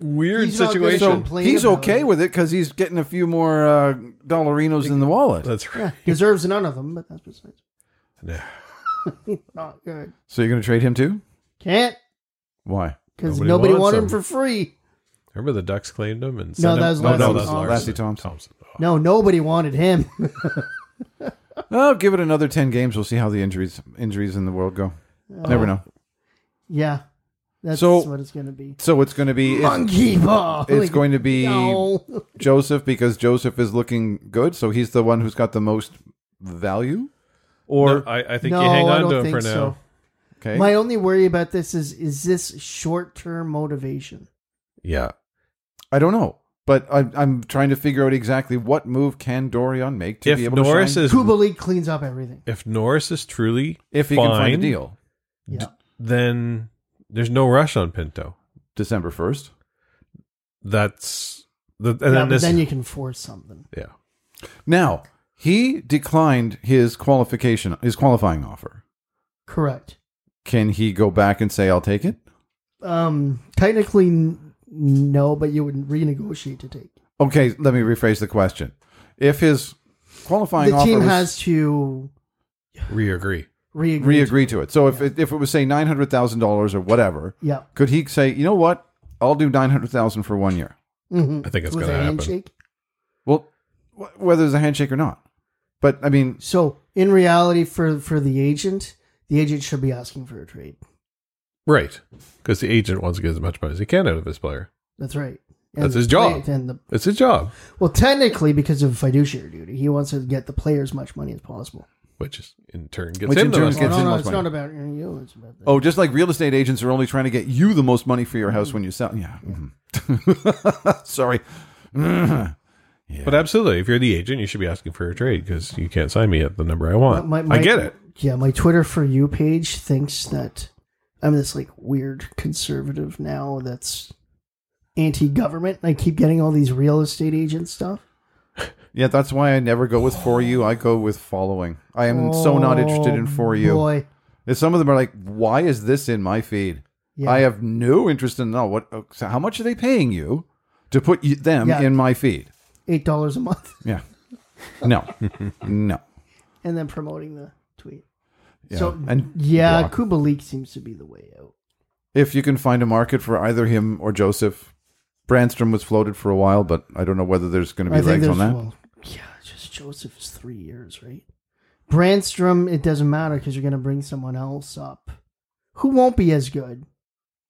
E: weird
F: He's not gonna
E: situation.
F: jump- complain
D: he's
F: about
D: okay
F: it.
D: with it because he's getting a few more uh, dollarinos in the wallet.
E: That's right.
F: Deserves none of them, but that's besides.
E: Yeah.
F: Not good.
D: So you're going to trade him too?
F: Can't
D: Why?
F: because
E: Nobody
F: nobody,
E: wants
F: wanted him
E: him.
F: for free.
E: Remember the Ducks claimed him and
F: No,
E: sent him- Oh,
F: that was
E: no,
F: Lassie
E: no, that was
D: Thompson.
E: Larson.
D: Lassie Thompson.
F: No, nobody wanted him.
D: Oh, give it another ten games. We'll see how the injuries injuries in the world go. Never know.
F: yeah, that's
D: So-
F: what it's going to be.
D: So it's going to be it's,
F: Monkey ball.
D: it's going to be
F: No.
D: Joseph because Joseph is looking good, so he's the one who's got the most value.
E: Or I, I think
F: No,
E: you hang
F: I
E: on
F: don't
E: to him
F: think
E: for now.
F: so.
D: Okay,
F: My only worry about this is is this short term motivation?
E: Yeah.
D: I don't know, but I, I'm trying to figure out exactly what move can Dorian make to
E: If
D: be able
E: Norris
D: to shine,
E: is
F: Kubalik cleans up everything.
E: if Norris is truly
D: if he
E: fine,
D: can find a deal.
F: Yeah.
E: then there's no rush on Pinto.
D: December first.
E: That's the and
F: Yeah,
E: then
F: but
E: this
F: then you can force something.
E: yeah.
D: Now he declined his qualification, his qualifying offer.
F: Correct.
D: Can he go back and say, "I'll take it"?
F: Um, technically, n- no, but you would renegotiate to take.
D: Okay, let me rephrase the question. If his qualifying
F: the
D: offer
F: team
D: was,
F: has to
E: Re-agree.
F: re-agree.
D: re-agree to it, so if it, if it was say nine hundred thousand dollars or whatever,
F: yeah.
D: could he say, you know what, I'll do nine hundred thousand for one year?
F: hmm
E: I think it's
F: With
E: gonna
F: a
E: happen.
F: handshake.
D: Well, wh- whether there's a handshake or not, but I mean,
F: So in reality, for for the agent, the agent should be asking for a trade.
E: Right. Because the agent wants to get as much money as he can out of his player.
F: That's right.
E: That's
F: the
E: his job.
F: play- And the
E: It's his job.
F: well, technically, because of fiduciary duty, he wants to get the player as much money as possible.
E: Which is in turn gets
D: Which
E: him
D: in
E: the
D: turn
E: most
D: gets-
F: Well,
E: money.
F: no,
D: him
F: no,
D: much
F: it's
D: money.
F: not about you. It's about the,
D: oh, just like real estate agents are only trying to get you the most money for your
F: Mm-hmm.
D: house when you sell. Yeah, mhm. sorry.
E: But absolutely, if you're the agent, you should be asking for a trade because you can't sign me at the number I want.
F: Uh, My- my-
E: I get it.
F: Yeah, my Twitter for you page thinks that I'm this like weird conservative now that's anti-government. I keep getting all these real estate agent stuff.
D: Yeah, that's why I never go with for you. I go with following. I am so not interested in for you.
F: Oh, Boy,
D: And some of them are like, why is this in my feed?
F: Yeah.
D: I have no interest in no what. uh, So how much are they paying you to put you, them
F: Yeah.
D: in my feed?
F: eight dollars a month,
D: Yeah, no, no.
F: and then promoting the tweet.
D: Yeah.
F: So
D: and
F: yeah,
D: block.
F: Kubalik seems to be the way out.
D: if you can find a market for either him or Joseph, Brandstrom was floated for a while, but I don't know whether there's going to be legs on
F: there's-
D: that.
F: Well, yeah, just Joseph is three years, right? Brandstrom, it doesn't matter because you're going to bring someone else up who won't be as good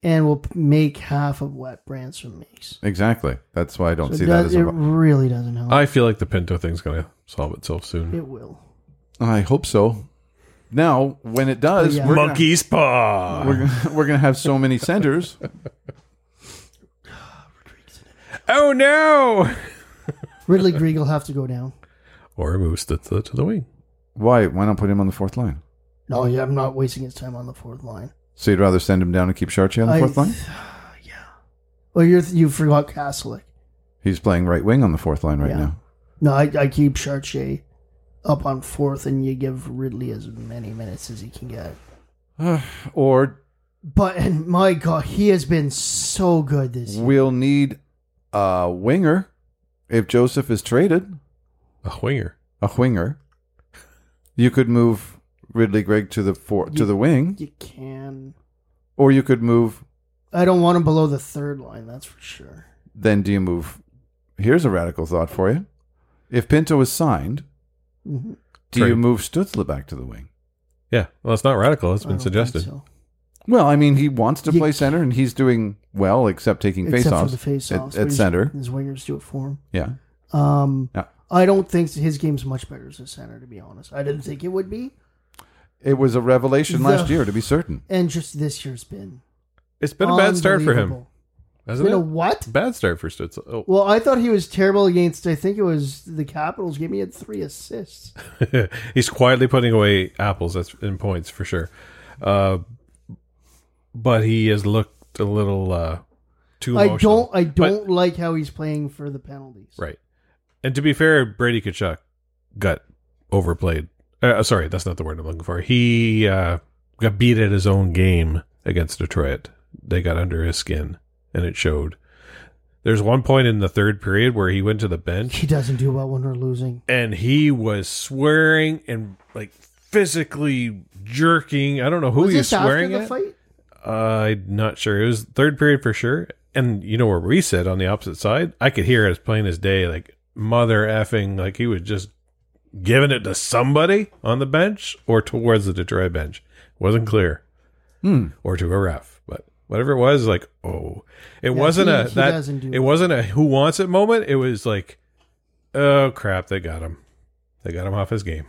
F: and will p- make half of what Brandstrom makes.
D: exactly. That's why I don't
F: So
D: see
F: it,
D: that
F: does,
D: as
F: it
D: a.
F: really doesn't help.
E: I feel like the Pinto thing's going to solve itself soon.
F: it will.
D: I hope so. Now, when it does,
F: Yeah.
D: we're gonna-
E: Monkey's paw.
D: we're gonna, we're gonna have so many centers.
E: Oh no!
F: Ridley Grieg will have to go down.
E: Or move Stutza to the wing.
D: Why? Why not put him on the fourth line?
F: No, yeah, I'm not wasting his time on the fourth line.
D: So you'd rather send him down and keep Sharchi on the
F: I-
D: fourth line?
F: Well, Oh, you're, you forgot Kastelik.
D: He's playing right wing on the fourth line right
F: Yeah.
D: now.
F: No, I, I keep Charche up on fourth, and you give Ridley as many minutes as he can get.
D: Or
F: But and my God, he has been so good this year.
D: we'll need a winger if Joseph is traded.
E: A winger.
D: A winger. You could move Ridley Gregg to the four, to the wing,
F: You can.
D: or you could move.
F: I don't want him below the third line. That's for sure.
D: Then do you move? Here's a radical thought for you: If Pinto is signed,
F: Mhm.
D: do you
E: Trade.
D: move Stutzla back to the wing?
E: Yeah. Well, it's not radical. It's
F: I don't
E: been
F: think
E: suggested.
F: so.
D: Well, I mean, he wants to
F: You
D: play
F: c-
D: center, and he's doing well, except taking
F: Except for
D: faceoffs
F: the face-offs,
D: at,
F: but
D: at
F: his-
D: center.
F: His wingers do it for him.
D: Yeah.
F: Um,
D: Yeah.
F: I don't think his game's much better as a center, to be honest. I didn't think it would be,
D: It was a revelation
F: The-
D: last year, to be certain.
F: and just this year's been
E: It's been a bad start for him.
F: unbelievable.
E: Hasn't
F: Been a
E: it?
F: what?
E: Bad start for Stutzel. Oh,
F: Well, I thought he was terrible against. I think it was the Capitals. Gave me had three assists.
E: he's quietly putting away apples that's in points for sure uh but he has looked a little uh too
F: I
E: emotional.
F: don't. I
E: But-
F: don't like how he's playing for the penalties.
E: right and to be fair brady Kachuk got overplayed uh, sorry that's not the word i'm looking for he uh got beat at his own game against detroit they got under his skin and it showed there's one point in the third period where he went to the bench
F: He doesn't do well when we're losing.
E: and he was swearing and like physically jerking. I don't know who
F: was
E: he was
F: this
E: swearing
F: after the
E: at.
F: fight?
E: Uh, I'm not sure. It was third period for sure. And you know where we sit on the opposite side? I could hear it as plain as day, like mother effing, like he was just giving it to somebody on the bench or towards the Detroit bench. Wasn't clear. Or to a ref, but whatever it was, like oh, it wasn't
F: he-
E: a
F: he
E: that
F: doesn't do
E: it
F: well.
E: wasn't a who wants it moment. It was like, oh crap, they got him, they got him off his game.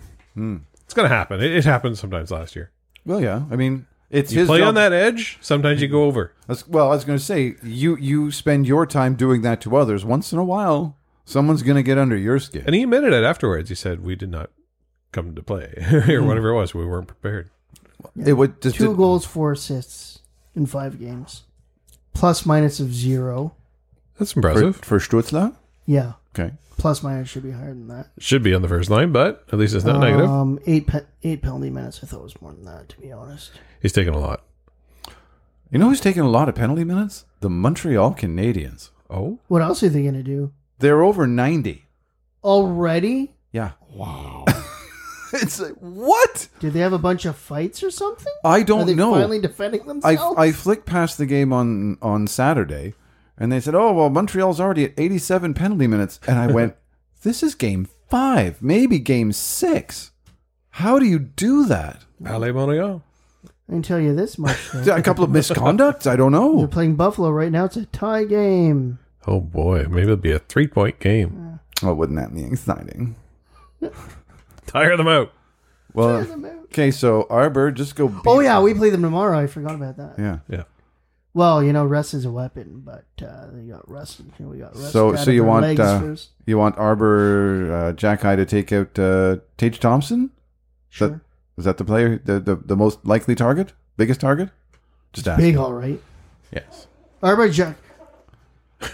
E: It's gonna happen. It, it happened sometimes last year.
D: Well, yeah. I mean, it's
E: You
D: his
E: play
D: job.
E: on that edge. Sometimes you go over.
D: That's- well, I was going to say you you spend your time doing that to others. Once in a while, someone's going to get under your skin.
E: And he admitted it afterwards. He said, We did not come to play or whatever it was. We weren't prepared.
D: it would just
F: Two
D: it-
F: goals, four assists in five games, plus minus of zero.
E: That's
D: for,
E: impressive.
D: for Stutzla.
F: Yeah,
D: Okay.
F: plus minus should be higher than that.
E: Should be on the first line, but at least it's not negative.
F: Um, eight pe- eight penalty minutes. I thought it was more than that. To be honest,
E: He's taking a lot.
D: You know who's taking a lot of penalty minutes? The Montreal Canadiens.
E: Oh,
F: what else are they going to do
D: They're over ninety.
F: already?
D: Yeah. Wow. it's like what?
F: Did they have a bunch of fights or something?
D: I
F: Are
D: don't
F: they
D: know.
F: finally defending
D: I
F: themselves?
D: I flicked past the game on on Saturday, and they said, "Oh well, Montreal's already at 87 penalty minutes," and I went, "This is game five, maybe game six. How do you do that?
E: Allez, Montreal.
F: I can tell you this much. though.
D: A couple of misconducts? I don't
F: They're
D: know.
F: playing Buffalo right now. It's a tie game.
E: Oh, boy. Maybe it'll be a three point game.
D: Oh, wouldn't that be exciting?
E: Tire them out.
D: Well, okay, so Arbor, just go. Beat.
F: Oh yeah, we play them tomorrow. I forgot about that.
D: yeah.
E: Yeah.
F: Well, you know, Russ is a weapon, but uh, they got Russ. you know, We got Russ.
D: So
F: out
D: so
F: of
D: you
F: our
D: want
F: legs
D: uh,
F: first.
D: you want Arbor uh, Jack High to take out uh, Tage Thompson?
F: sure.
D: That, is that the player the, the the most likely target, biggest target? Just ask.
F: Big, all right.
E: Yes.
F: Arbor Jack.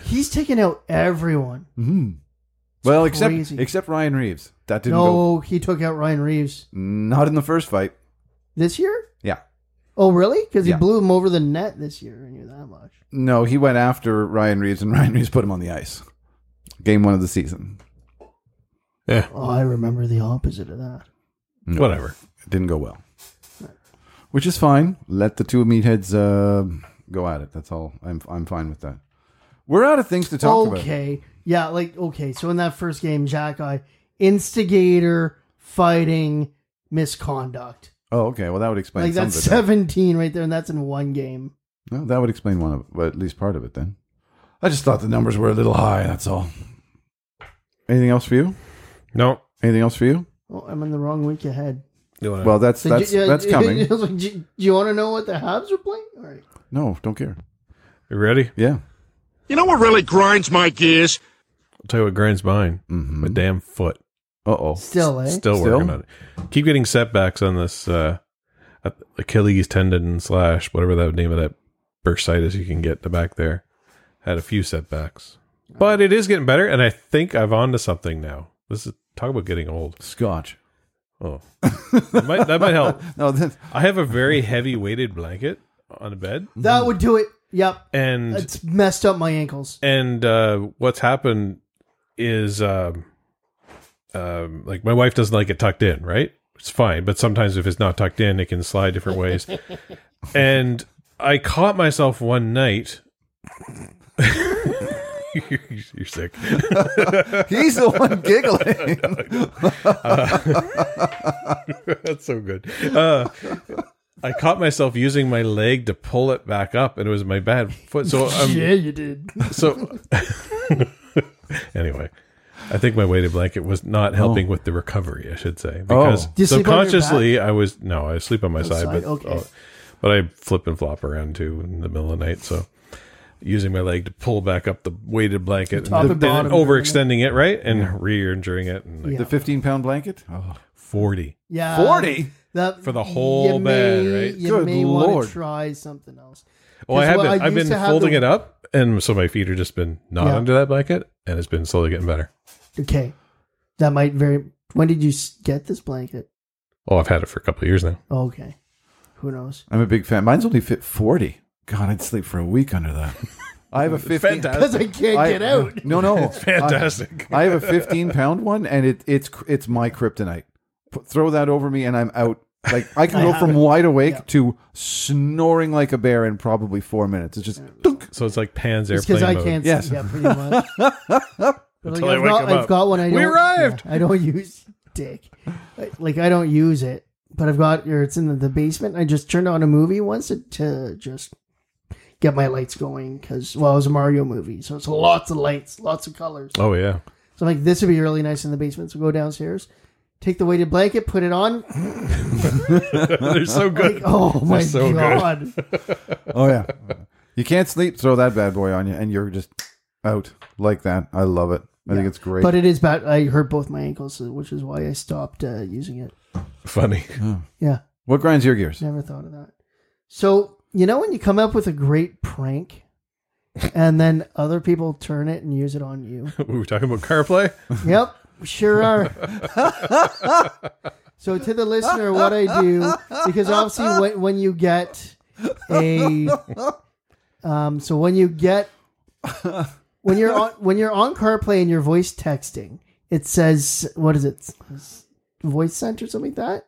F: He's taking out everyone.
D: Well, except
F: crazy.
D: except Ryan Reeves. That didn't go Mm.
F: No, he took out Ryan Reeves
D: not in the first fight.
F: this year.
D: Yeah.
F: Oh, really? Because he
D: Yeah.
F: blew him over the net this year. I knew that much.
D: No, he went after Ryan Reeves and Ryan Reeves put him on the ice. Game 1 of the season.
E: Yeah.
F: Oh, I remember the opposite of that.
E: Eh, Whatever.
D: It didn't go well. Which is fine. Let the two meatheads uh, go at it. That's all. I'm I'm fine with that. We're out of things to talk about.
F: okay. Yeah, like okay. So in that first game, Jack I instigator fighting misconduct.
D: Oh, okay. Well, that would explain
F: Like
D: some of
F: that's
D: it. then.
F: 17 right there and that's in one game.
D: No, that would explain one of it, well, at least part of it then. I just thought the numbers were a little high, that's all. Anything else for you?
E: No.
D: Anything else for you?
F: Oh, I'm in the wrong week ahead.
D: Well, that's
F: So
D: that's
F: j- yeah,
D: that's
F: I
D: coming.
F: was like, "Do do you want to know what the Habs are playing? All right.
D: No, don't care.
E: you ready?
D: Yeah.
C: You know what really grinds my gears?
E: I'll tell you what grinds mine. My damn foot.
D: Uh oh.
F: Still, eh?
E: Still,
D: Still?
E: working on it. Keep getting setbacks on this uh, Achilles tendon slash whatever that name of that bursitis you can get in the back there. Had a few setbacks, but it is getting better, and I think I've onto something now. This is talk about getting old.
D: Scotch.
E: Oh, that might, that might help.
D: No, that,
E: I have a very heavy weighted blanket on the bed,
F: That would do it. Yep.
E: and
F: It's messed up my ankles.
E: and uh, what's happened is um, um, like my wife doesn't like it tucked in right it's fine but sometimes if it's not tucked in it can slide different ways and i caught myself one night you're sick
D: he's the one giggling.
E: That's so good. Uh, I caught myself using my leg to pull it back up, and it was my bad foot. So
F: yeah,
E: I'm
F: you did.
E: so. anyway, I think my weighted blanket was not helping with the recovery. I should say because
F: Do Oh. you sleep on your
E: subconsciously I was no, I sleep on my side,
F: side,
E: but
F: okay.
E: oh, but I flip and flop around too in the middle of the night. So using my leg to pull back up the weighted blanket
F: Top and bottom.
E: overextending it, right? And re injuring it. And like
F: Yeah.
D: The 15 pound blanket? Oh,
E: 40.
F: Yeah.
D: 40?
F: That,
E: For the whole bed, right?
F: You
D: Good
F: may want
D: Lord.
F: to try something else.
E: Well, Oh, I
F: Because
E: have
F: what
E: been,
F: I
E: I've
F: used
E: been
F: to have
E: folding
F: the-
E: it up, and so my feet are just been not
F: Yeah.
E: under that blanket, and it's been slowly getting better.
F: Okay. That might very. When did you s- get this blanket?
E: Oh, I've had it for a couple of years now.
F: Okay. Who knows?
D: I'm a big fan. Mine's only fit 40. God, I'd sleep for a week under that. I have a 15.
F: Because I can't
D: I-
F: get out.
D: No, no.
E: Fantastic.
D: I, I have a 15 pound one, and it, it's it's my kryptonite. P- throw that over me, and I'm out. Like I can go from wide awake to snoring like a bear in probably four minutes. It's just dunk.
E: So it's like Pan's
F: It's because
E: airplane
F: I
E: mode.
F: can't.
D: Yes.
F: Yeah, pretty much. But,
E: Until I
F: I've,
E: wake
F: got,
E: him
F: I've
E: up.
F: got one. I don't,
E: We arrived!
F: yeah, I don't use dick. I- Like I don't use it, but I've got. Or it's in the, the basement. I just turned on a movie once to, to just get my lights going because well, it was a Mario movie, so it's lots of lights, lots of colors.
E: Oh yeah.
F: So I'm like, this would be really nice in the basement. So go downstairs, take the weighted blanket, put it on.
E: They're so good.
F: Oh my
E: so good.
F: god!
D: Oh yeah. You can't sleep. Throw that bad boy on you, and you're just out like that. I love it. I think it's great.
F: But it is bad. I hurt both my ankles, so- which is why I stopped uh, using it.
E: Funny.
F: Yeah.
D: what grinds your gears?
F: Never thought of that. So, you know, when you come up with a great prank and then other people turn it and use it on you?
E: we were talking about CarPlay.
F: Yep, sure are. so, to the listener, what I do, because obviously when, when you get a. Um, so, when you get. When you're on when you're on CarPlay and you're voice texting, it says what is it, voice sent or something like that.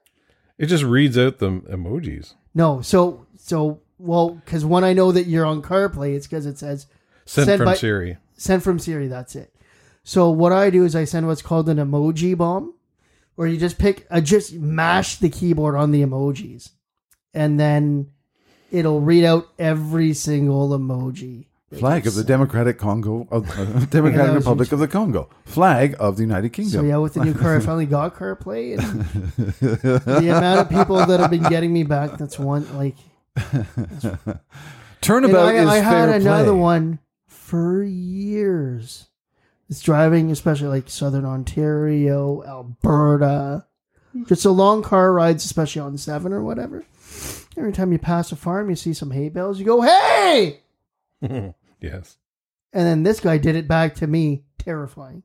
E: It just reads out the emojis.
F: No, so so well because when I know that you're on CarPlay, it's because it says
E: Sent,
F: Sent
E: from
F: by-
E: Siri.
F: send from Siri. That's it. So what I do is I send what's called an emoji bomb, where you just pick, uh, just mash the keyboard on the emojis, and then it'll read out every single emoji.
D: Flag of the Democratic Congo, of, uh, Democratic
F: Yeah,
D: Republic of the Congo. Flag of the United
F: So
D: Kingdom.
F: yeah, with the new car, I finally got CarPlay, and the amount of people that have been getting me back. That's one like. And
D: Turnabout
F: I,
D: is
F: I had
D: fair
F: another
D: play.
F: one for years. It's driving, especially like Southern Ontario, Alberta. Just a long car rides, especially on seven or whatever. Every time you pass a farm, you see some hay bales. You go, "Hey!"
E: Yes.
F: And then this guy did it back to me. Terrifying.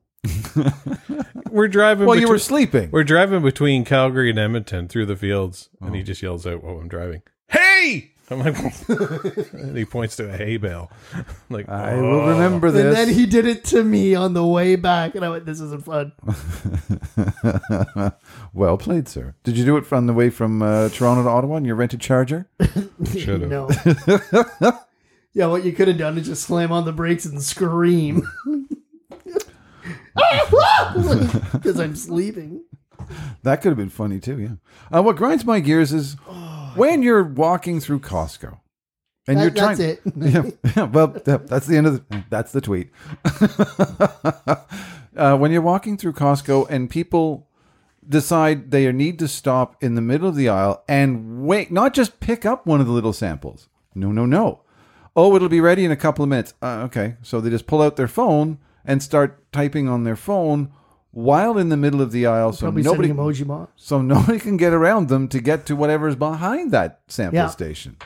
E: We're driving.
D: Well, you were
E: between-
D: sleeping.
E: We're driving between Calgary and Edmonton through the fields, and he just yells out while I'm driving, "Hey!" I'm like, and he points to a hay bale. I'm like, "Oh."
D: I will remember
F: And
D: this.
F: then he did it to me on the way back, and I went, "This isn't fun."
D: well played, sir. Did you do it from the way from uh, Toronto to Ottawa in your rented charger?
E: Should've.
F: no. yeah, what you could have done is just slam on the brakes and scream. Because I'm sleeping.
D: That could have been funny too. Yeah. Uh, what grinds my gears is
F: Oh,
D: when you're walking through Costco, and
F: That-
D: you're trying.
F: that's it.
D: yeah, yeah, well, that- that's the end of the. That's the tweet. uh, when you're walking through Costco and people decide they need to stop in the middle of the aisle and wait, not just pick up one of the little samples. No, no, no. Oh, it'll be ready in a couple of minutes. Uh, okay, so they just pull out their phone and start typing on their phone while in the middle of the aisle, so
F: Probably
D: nobody
F: sending emoji bombs.
D: so nobody can get around them to get to whatever's behind that sample
F: Yeah.
D: station.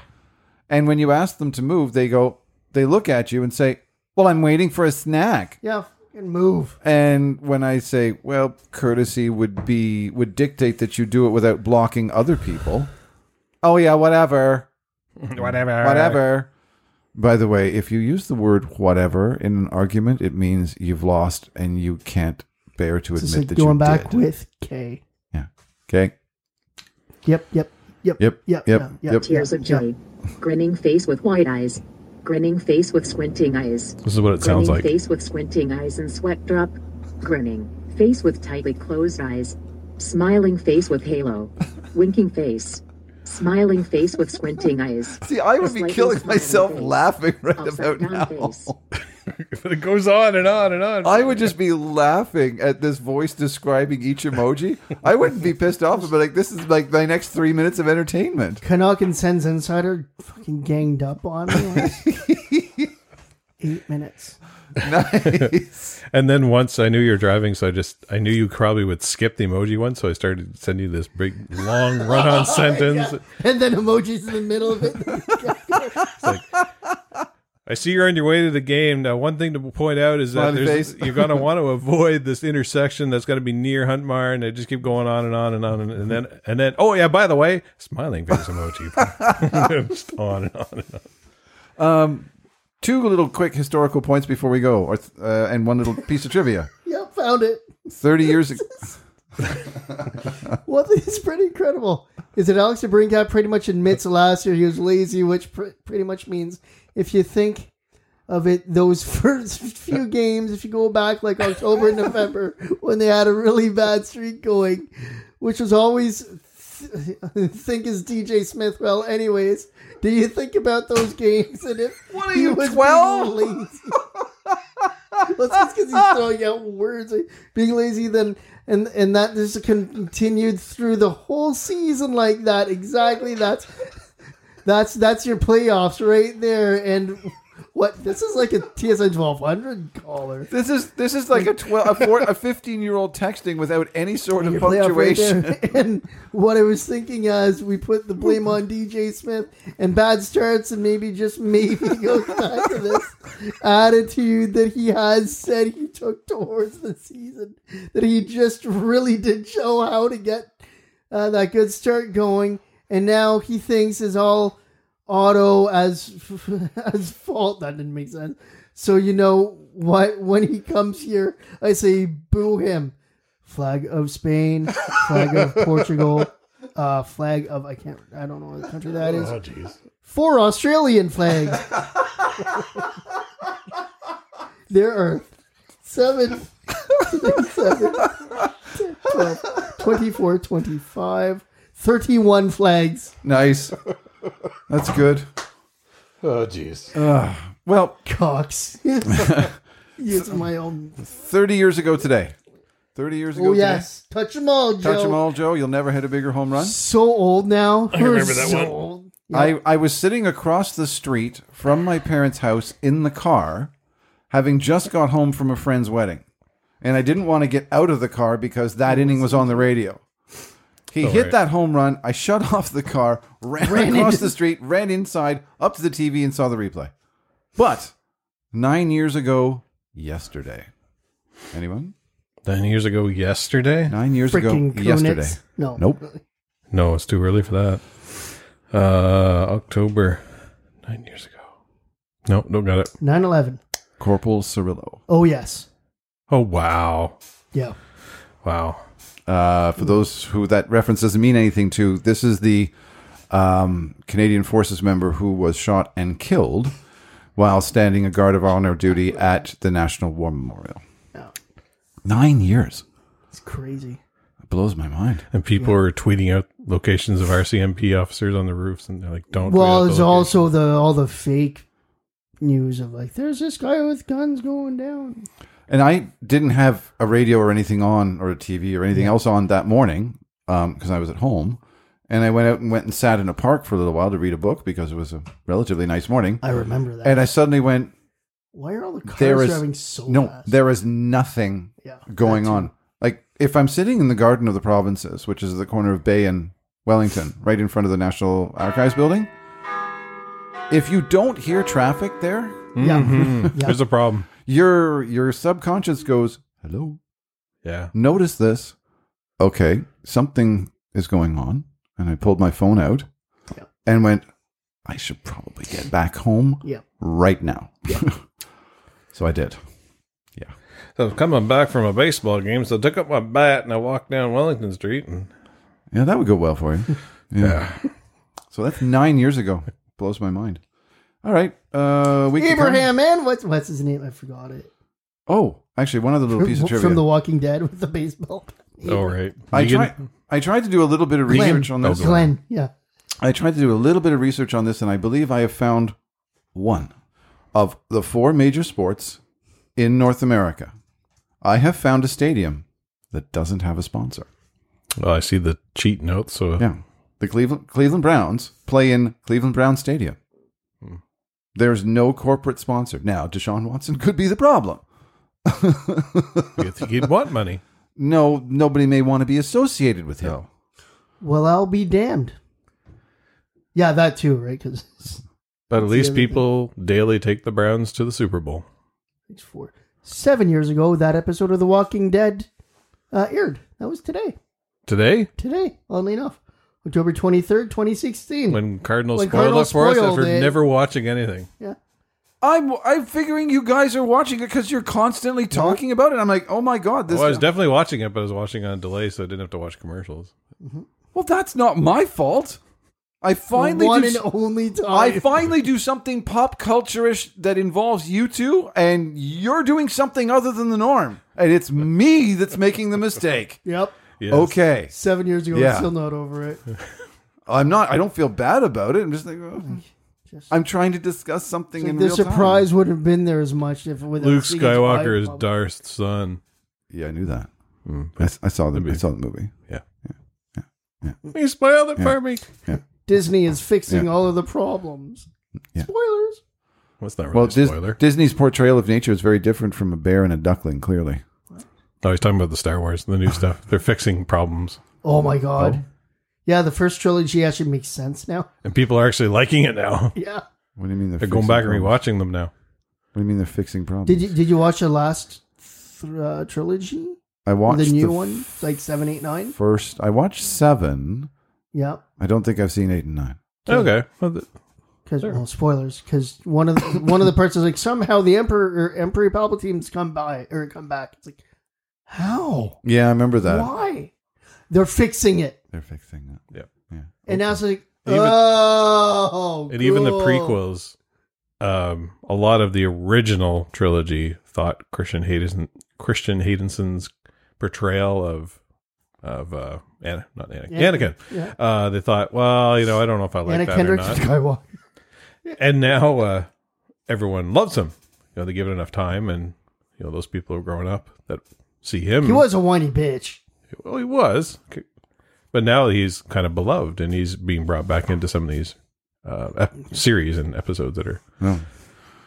D: And when you ask them to move, they go, they look at you and say, Well, I'm waiting for a snack.
F: Yeah, and move.
D: And when I say, Well, courtesy would be, would dictate that you do it without blocking other people. Oh, yeah, whatever,
E: whatever,
D: whatever. By the way, if you use the word whatever in an argument, it means you've lost and you can't bear to
F: Just
D: admit
F: like
D: that
F: going
D: you
F: back
D: did.
F: with K.
D: Yeah. Okay.
F: Yep, yep, yep,
D: Yep,
F: yep,
D: yep,
F: yep,
D: yep.
H: Tears of joy. Grinning face with wide eyes. Grinning face with squinting eyes.
E: This is what it sounds
H: Grinning
E: like.
H: face with squinting eyes and sweat drop. Grinning face with tightly closed eyes. Smiling face with halo. Winking face. Smiling face with squinting eyes.
D: See, I would
H: A
D: be
H: slightly
D: killing
H: smiling
D: myself
H: face.
D: laughing right
H: Upside
D: about
H: down
D: now.
H: face.
E: But it goes on and on and on.
D: I would just be laughing at this voice describing each emoji. I wouldn't be pissed off, but like this is like my next three minutes of entertainment.
F: Canuck and Sens Insider fucking ganged up on me. eight minutes.
D: nice.
E: And then once I knew you were driving, so I just I knew you probably would skip the emoji one, so I started sending you this big long run on sentence.
F: And then emojis in the middle of it.
E: I see you're on your way to the game. Now, one thing to point out is that
D: Smiley
E: there's,
D: face.
E: you're going to want to avoid this intersection that's going to be near Huntmar, and I just keep going on and on and on, and, and then and then oh yeah, by the way, smiling face emoji, just on and on and on.
D: Two little quick historical points before we go, or th- uh, and one little piece of trivia.
F: yep, found it.
D: Thirty years. Ago,
F: Well, this is pretty incredible. Is that Alex DeBrincat pretty much admits last year he was lazy, which pr- pretty much means if you think of it, those first few games, if you go back like October and November, when they had a really bad streak going, which was always th- think is DJ Smith. Well, anyways, do you think about those games and if what
D: are you, 12?
F: lazy? Well, it's because he's throwing out words, like, being lazy. Then and and that just continued through the whole season like that. Exactly. That's that's that's your playoffs right there. And what this is like a TSN twelve hundred caller.
D: this is this is like a twelve, a, four, a fifteen-year-old texting without any sort of
F: Your playoff right
D: punctuation.
F: there. and what I was thinking as we put the blame on DJ Smith and bad starts, and maybe just maybe goes back to this attitude that he has said he took towards the season, that he just really did show how to get uh, that good start going, and now he thinks is all auto as as fault. That didn't make sense. So you know what? When he comes here, I say boo him. Flag of Spain, flag of Portugal, uh, flag of I can't I don't know what country that
D: Oh,
F: is.
E: jeez.
F: Four Australian flags. there are seven, seven 12, 24, 25, 31 flags.
D: Nice. That's good.
I: Oh, jeez.
D: Well,
F: Cox. Using my own.
D: 30 years ago today. 30 years ago
F: Oh, yes. Touch them all, Joe.
D: today. Touch 'em all, Joe. You'll never hit a bigger home run.
F: So old now. I
E: remember that one.
F: Old.
D: I, I was sitting across the street from my parents' house in the car, having just got home from a friend's wedding. And I didn't want to get out of the car because that inning was on the radio. He hit
E: right.
D: that home run. I shut off the car, ran, across the street, ran inside, up to the TV, and saw the replay. But nine years ago, yesterday. Anyone?
E: Nine years ago yesterday.
D: Nine years
F: Freaking
D: ago,
F: Kunitz.
D: yesterday.
F: No.
D: Nope.
E: No, it's too early for that. Uh, October, nine years ago. No, don't got it.
F: 9 11.
D: Corporal Cirillo.
F: Oh, yes.
E: Oh wow,
F: Yeah.
E: wow.
D: Uh, for those who that reference doesn't mean anything to, this is the um, Canadian Forces member who was shot and killed while standing a guard of honor duty at the National War Memorial.
F: No.
D: Nine years.
F: It's crazy.
D: It blows my mind.
E: And people were tweeting out locations of RCMP officers on the roofs, and they're like, "Don't." tweet out
F: Well,
E: the
F: it's
E: location.
F: also the all the fake news of like, there's this guy with guns going down.
D: And I didn't have a radio or anything on, or a TV or anything else on that morning because I was at home. And I went out and went and sat in a park for a little while to read a book because it was a relatively nice morning.
F: I remember that.
D: And I suddenly went,
F: Why are all the cars
D: there is
F: driving so
D: no
F: fast?
D: there is nothing
F: Yeah,
D: going
F: that too.
D: on like if i'm sitting in the garden of the provinces which is the corner of bay and wellington right in front of the national archives building if you don't hear traffic there
F: Yeah.
D: Mm-hmm.
F: yeah.
E: There's a Hmm. problem.
D: your your subconscious goes hello
E: Yeah.
D: notice this okay something is going on and i pulled my phone out
F: Yeah.
D: and went i should probably get back home
F: Yeah.
D: right now so i did
E: So I was coming back from a baseball game, so I took up my bat and I walked down Wellington Street, and
D: Yeah, that would go well for you. Yeah. so that's nine years ago. Blows my mind. All right. Uh, we can come-
F: Abraham and what's what's his name? I forgot it.
D: Oh, actually, one other little piece of
F: from,
D: trivia.
F: from The Walking Dead with the baseball.
E: all Oh, right,
D: I
E: Negan-
D: tried. I tried to do a little bit of research on this.
F: Glenn. Yeah.
D: I tried to do a little bit of research on this, and I believe I have found one of the four major sports in North America. I have found a stadium that doesn't have a sponsor.
E: Well, I see the cheat notes, so
D: Yeah, the Cleveland Cleveland Browns play in Cleveland Brown Stadium. There's no corporate sponsor. Now, Deshaun Watson could be the problem.
E: You think he'd want money?
D: No, nobody may want to be associated with him.
F: Well, I'll be damned. Yeah, that too, right? Because
E: But at least people daily take the Browns to the Super Bowl.
F: it's four, seven years ago, that episode of The Walking Dead uh, aired. That was today.
E: Today,
F: Today, oddly enough, October 23rd, 2016.
E: when Cardinals
F: When
E: spoiled
F: Cardinal
E: it for us
F: spoiled
E: after
F: it.
E: never watching anything.
F: yeah.
D: I'm I'm figuring you guys are watching it because you're constantly talking about it. I'm like, oh my god, this.
E: Well, I was definitely watching it, but I was watching on delay, so I didn't have to watch commercials.
D: well, that's not my fault. I finally
F: The one
D: do
F: and
D: s-
F: only time.
D: I finally do something pop culture-ish that involves you two, and you're doing something other than the norm, and it's me that's making the mistake.
F: Yep.
E: Yes.
D: Okay,
F: Seven years ago,
D: Yeah.
F: I'm still not over it.
D: I'm not. I don't feel bad about it. I'm just like, oh. I'm trying to discuss something in
F: the
D: real time.
F: surprise wouldn't have been there as much if without
E: Luke
F: seeing his wife
E: Skywalker is
F: bubble.
E: Darth's son.
D: Yeah, I knew that.
E: Hmm.
D: I, s- I saw the I saw the movie.
E: Yeah. He spoiled it for me.
F: Disney is fixing
D: Yeah.
F: all of the problems.
D: Yeah.
F: Spoilers.
E: What's not really
D: Well,
E: a
D: Dis-
E: spoiler.
D: Disney's portrayal of nature is very different from a bear and a duckling. Clearly,
E: oh, he's talking about the Star Wars, the new stuff. They're fixing problems,
F: Oh my god. Yeah, the first trilogy actually makes sense now.
E: and people are actually liking it now.
F: Yeah.
D: what do you mean they're,
E: They're going
D: fixing
E: back and
D: problems?
E: rewatching them now.
D: What do you mean they're fixing problems?
F: Did you did you watch the last th- uh, trilogy?
D: I watched
F: the new
D: f-
F: one, like seven, eight, nine.
D: first. I watched seven.
F: Yeah,
D: I don't think I've seen eight and nine.
E: Okay. Well, th-
F: because well, spoilers. Because one of the, one of the parts is like somehow the emperor or Emperor Palpatine's come by or come back. It's like how
D: Yeah, I remember that.
F: why they're fixing it,
D: They're fixing that.
E: yeah.
F: and now it's like
E: Even-
F: oh,
E: and even the
F: cool.
E: prequels um a lot of the original trilogy thought christian hayden christian haydenson's portrayal of of uh Ana, not Anakin.
F: Yeah.
E: Anakin.
F: Yeah.
E: Uh, they thought, well, you know, I don't know if I like
F: Anna
E: that
F: Kendrick
E: or not.
F: Skywalker.
E: And now uh, everyone loves him. You know, they give it enough time, and you know those people who are growing up that see him.
F: He was a whiny bitch.
E: well, he was, Okay. but now he's kind of beloved, and he's being brought back into some of these uh, ep- series and episodes that are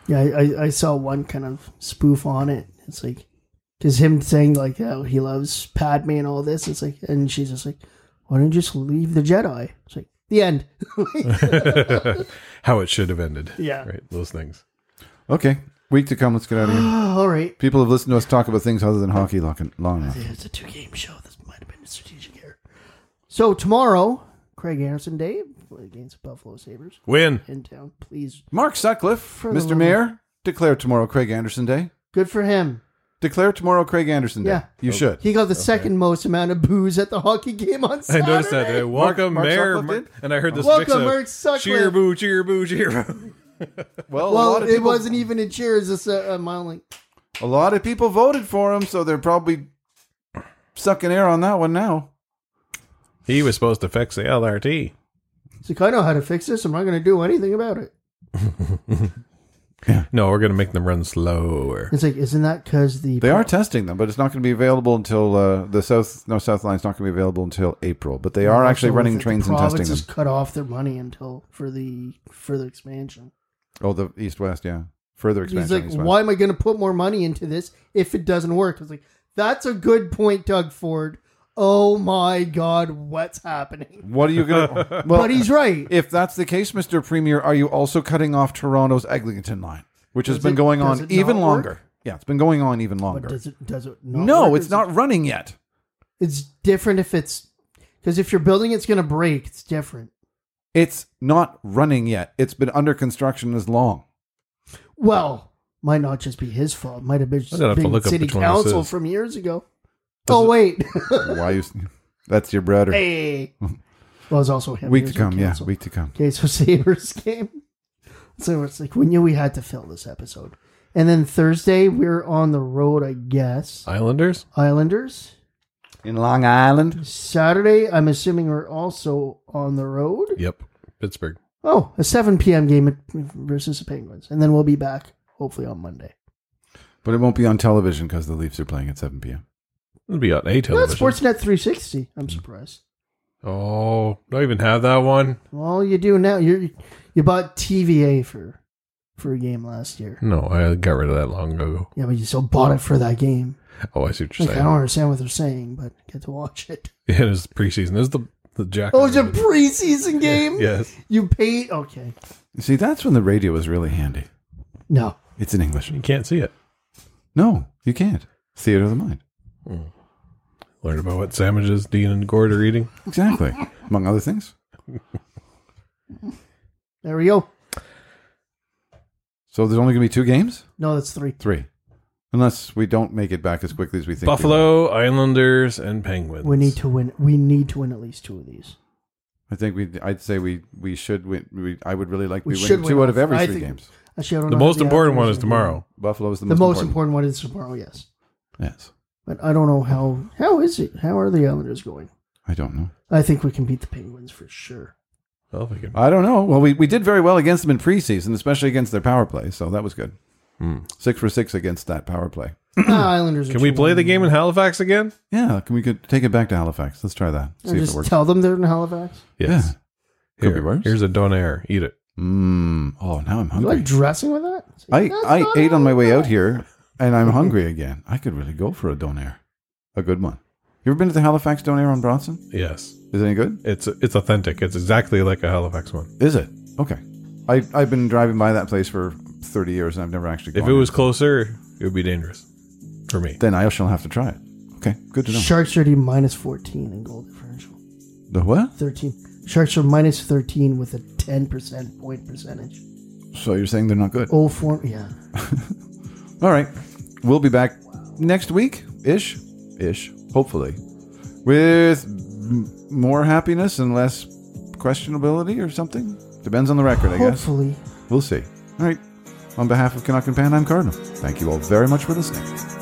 F: Yeah, I, I, I saw one kind of spoof on it. It's like, because him saying like, oh, he loves Padme and all this. It's like, and she's just like, why don't you just leave the Jedi? It's like the end.
E: how it should have ended.
F: Yeah.
E: Right. Those things.
D: Okay, week to come. Let's get out of here.
F: Oh, all right.
D: People have listened to us talk about things other than hockey long, long enough.
F: It's a two-game show. This might have been a strategic error. So tomorrow, Craig Anderson Day against Buffalo Sabers
E: Win.
F: in town. Please,
D: Mark Sutcliffe,
F: the
D: Mr.
F: love-
D: Mayor, declare tomorrow Craig Anderson Day.
F: good for him.
D: Declare tomorrow Craig Anderson Day.
F: Yeah.
E: Oh.
D: you should.
F: He got the second most amount of booze at the hockey game on
E: I
F: Saturday.
E: noticed that. today. Welcome,
D: Mark
E: Mayor.
D: Sutcliffe
E: Mar-
D: did?
E: and I heard this
F: Welcome,
E: mix of
F: Mark Sutcliffe.
E: cheer boo, cheer boo, cheer boo.
D: Well, a lot
F: Well,
D: of
F: it
D: people-
F: wasn't e- even a cheer. It's just a, a mildly.
D: A lot of people voted for him, so they're probably sucking air on that one now.
E: he was supposed to fix the LRT.
F: It's like, I know how to fix this. I'm not going to do anything about it.
E: No, we're going to make them run slower.
F: It's like, isn't that because the.
D: They are testing them, but it's not going to be available until uh, the south no south line is not going to be available until April. But they are actually
F: Also,
D: running
F: the- the
D: trains and testing them.
F: provinces cut off their money until for the further expansion.
D: Oh, the east west, yeah, further
F: He's
D: expansion.
F: like,
D: east-west.
F: why am I going to put more money into this if it doesn't work? It's like, that's a good point, Doug Ford. Oh my God, what's happening?
D: What are you going to? Well,
F: but he's right.
D: if that's the case, Mister Premier, are you also cutting off Toronto's Eglinton line, which has
F: Does
D: been
F: it-
D: going
F: does
D: on
F: it
D: even
F: not
D: longer?
F: work?
D: Yeah, it's been going on even longer.
F: But does it, does it not
D: no,
F: work?
D: it's not running yet.
F: It's different if it's. Because if your building it's going to break, it's different.
D: It's not running yet. It's been under construction as long.
F: Well, might not just be his fault. Might have been
E: I'm gonna have to
F: big
E: look up
F: city
E: which one this
F: council
E: is.
F: from years ago. oh wait,
D: Why you? That's your brother.
F: hey. Well, it's also him.
D: week to
F: He was
D: come,
F: on
D: yeah,
F: council.
D: week to come.
F: Okay, so Sabers game. So it's like we knew we had to fill this episode, and then Thursday we're on the road, I guess.
E: Islanders?
F: Islanders.
D: In Long Island.
F: Saturday, I'm assuming we're also on the road.
E: Yep. Pittsburgh.
F: Oh, a 7 p.m. game at- versus the Penguins, and then we'll be back hopefully on Monday.
D: But it won't be on television because the Leafs are playing at 7 p.m.
E: It'll be on A
F: Not
E: television.
F: Sportsnet 360. I'm surprised.
E: Oh, don't even have that one.
F: All you do now, you you bought TVA for for a game last year.
E: No, I got rid of that long ago.
F: Yeah, but you still bought it for that game.
E: Oh, I see what you're
F: Like, I
E: saying.
F: don't understand what they're saying, but get to watch it.
E: Yeah, it is preseason. This is the the jack.
F: Oh, it's a preseason game.
E: yes.
F: You paid. Okay.
D: See, that's when the radio was really handy.
F: No.
D: It's in English.
E: You can't see it.
D: No, you can't. Theater of the mind.
E: Learn about what sandwiches Dean and Gord are eating.
D: Exactly. Among other things.
F: There we go.
D: So there's only going to be two games?
F: No, that's three.
D: Three. Unless we don't make it back as quickly as we think. we will.
E: Buffalo, Islanders, and Penguins.
F: We need to win. We need to win at least two of these.
D: I think we. I'd say we. We should win. We, I would really like
F: We
D: we win
F: should
D: two
F: win
D: out of
F: all-
D: every
F: I
D: three
F: think-
D: games.
F: Actually, I don't
E: The
F: know how
E: most
F: the
E: important
F: Islanders
E: one is
F: are doing.
E: tomorrow.
D: Buffalo is the,
F: The most important one is tomorrow. Yes,
D: Yes.
F: but I don't know how. How is it? How are the Islanders going?
D: I don't know.
F: I think we can beat the Penguins for sure.
E: Well,
D: Oh,
E: if we can-
D: I don't know. Well, we, we did very well against them in preseason, especially against their power play. So that was good. Six for six against that power play.
F: Ah, Islanders. Are
E: Can we play the game in Halifax again?
D: Yeah. Can we could take it back to Halifax? Let's try that. See if it
F: just
D: works.
F: tell them they're in Halifax.
D: Yes. Could
E: Here,
D: be worse.
E: Here's a donair. Eat it.
D: Mm. Oh, now I'm
F: You like
D: hungry.
F: dressing with that? It's like,
D: I,
F: that's
D: I
F: not
D: ate on my way out
F: Halifax.
D: here, and I'm hungry again. I could really go for a donair, a good one. You ever been to the Halifax donair on Bronson?
E: Yes.
D: Is it any good?
E: It's it's authentic. It's exactly like a Halifax one.
D: Is it okay? I I've been driving by that place for thirty years, and I've never actually.
E: If
D: gone
E: it was
D: in.
E: closer, it would be dangerous for me.
D: then I shall have to try it. Okay, good to know.
F: Sharks are already minus fourteen in goal differential.
D: The what?
F: Thirteen. Sharks are minus thirteen with a ten percent point percentage.
D: So you're saying they're not good?
F: Oh, four. Yeah.
D: All right, we'll be back next week, ish, ish, hopefully, with m- more happiness and less questionability or something. Depends on the record, I guess.
F: Hopefully.
D: We'll see. All right. On behalf of Canuck and Pan, I'm Cardinal. Thank you all very much for listening.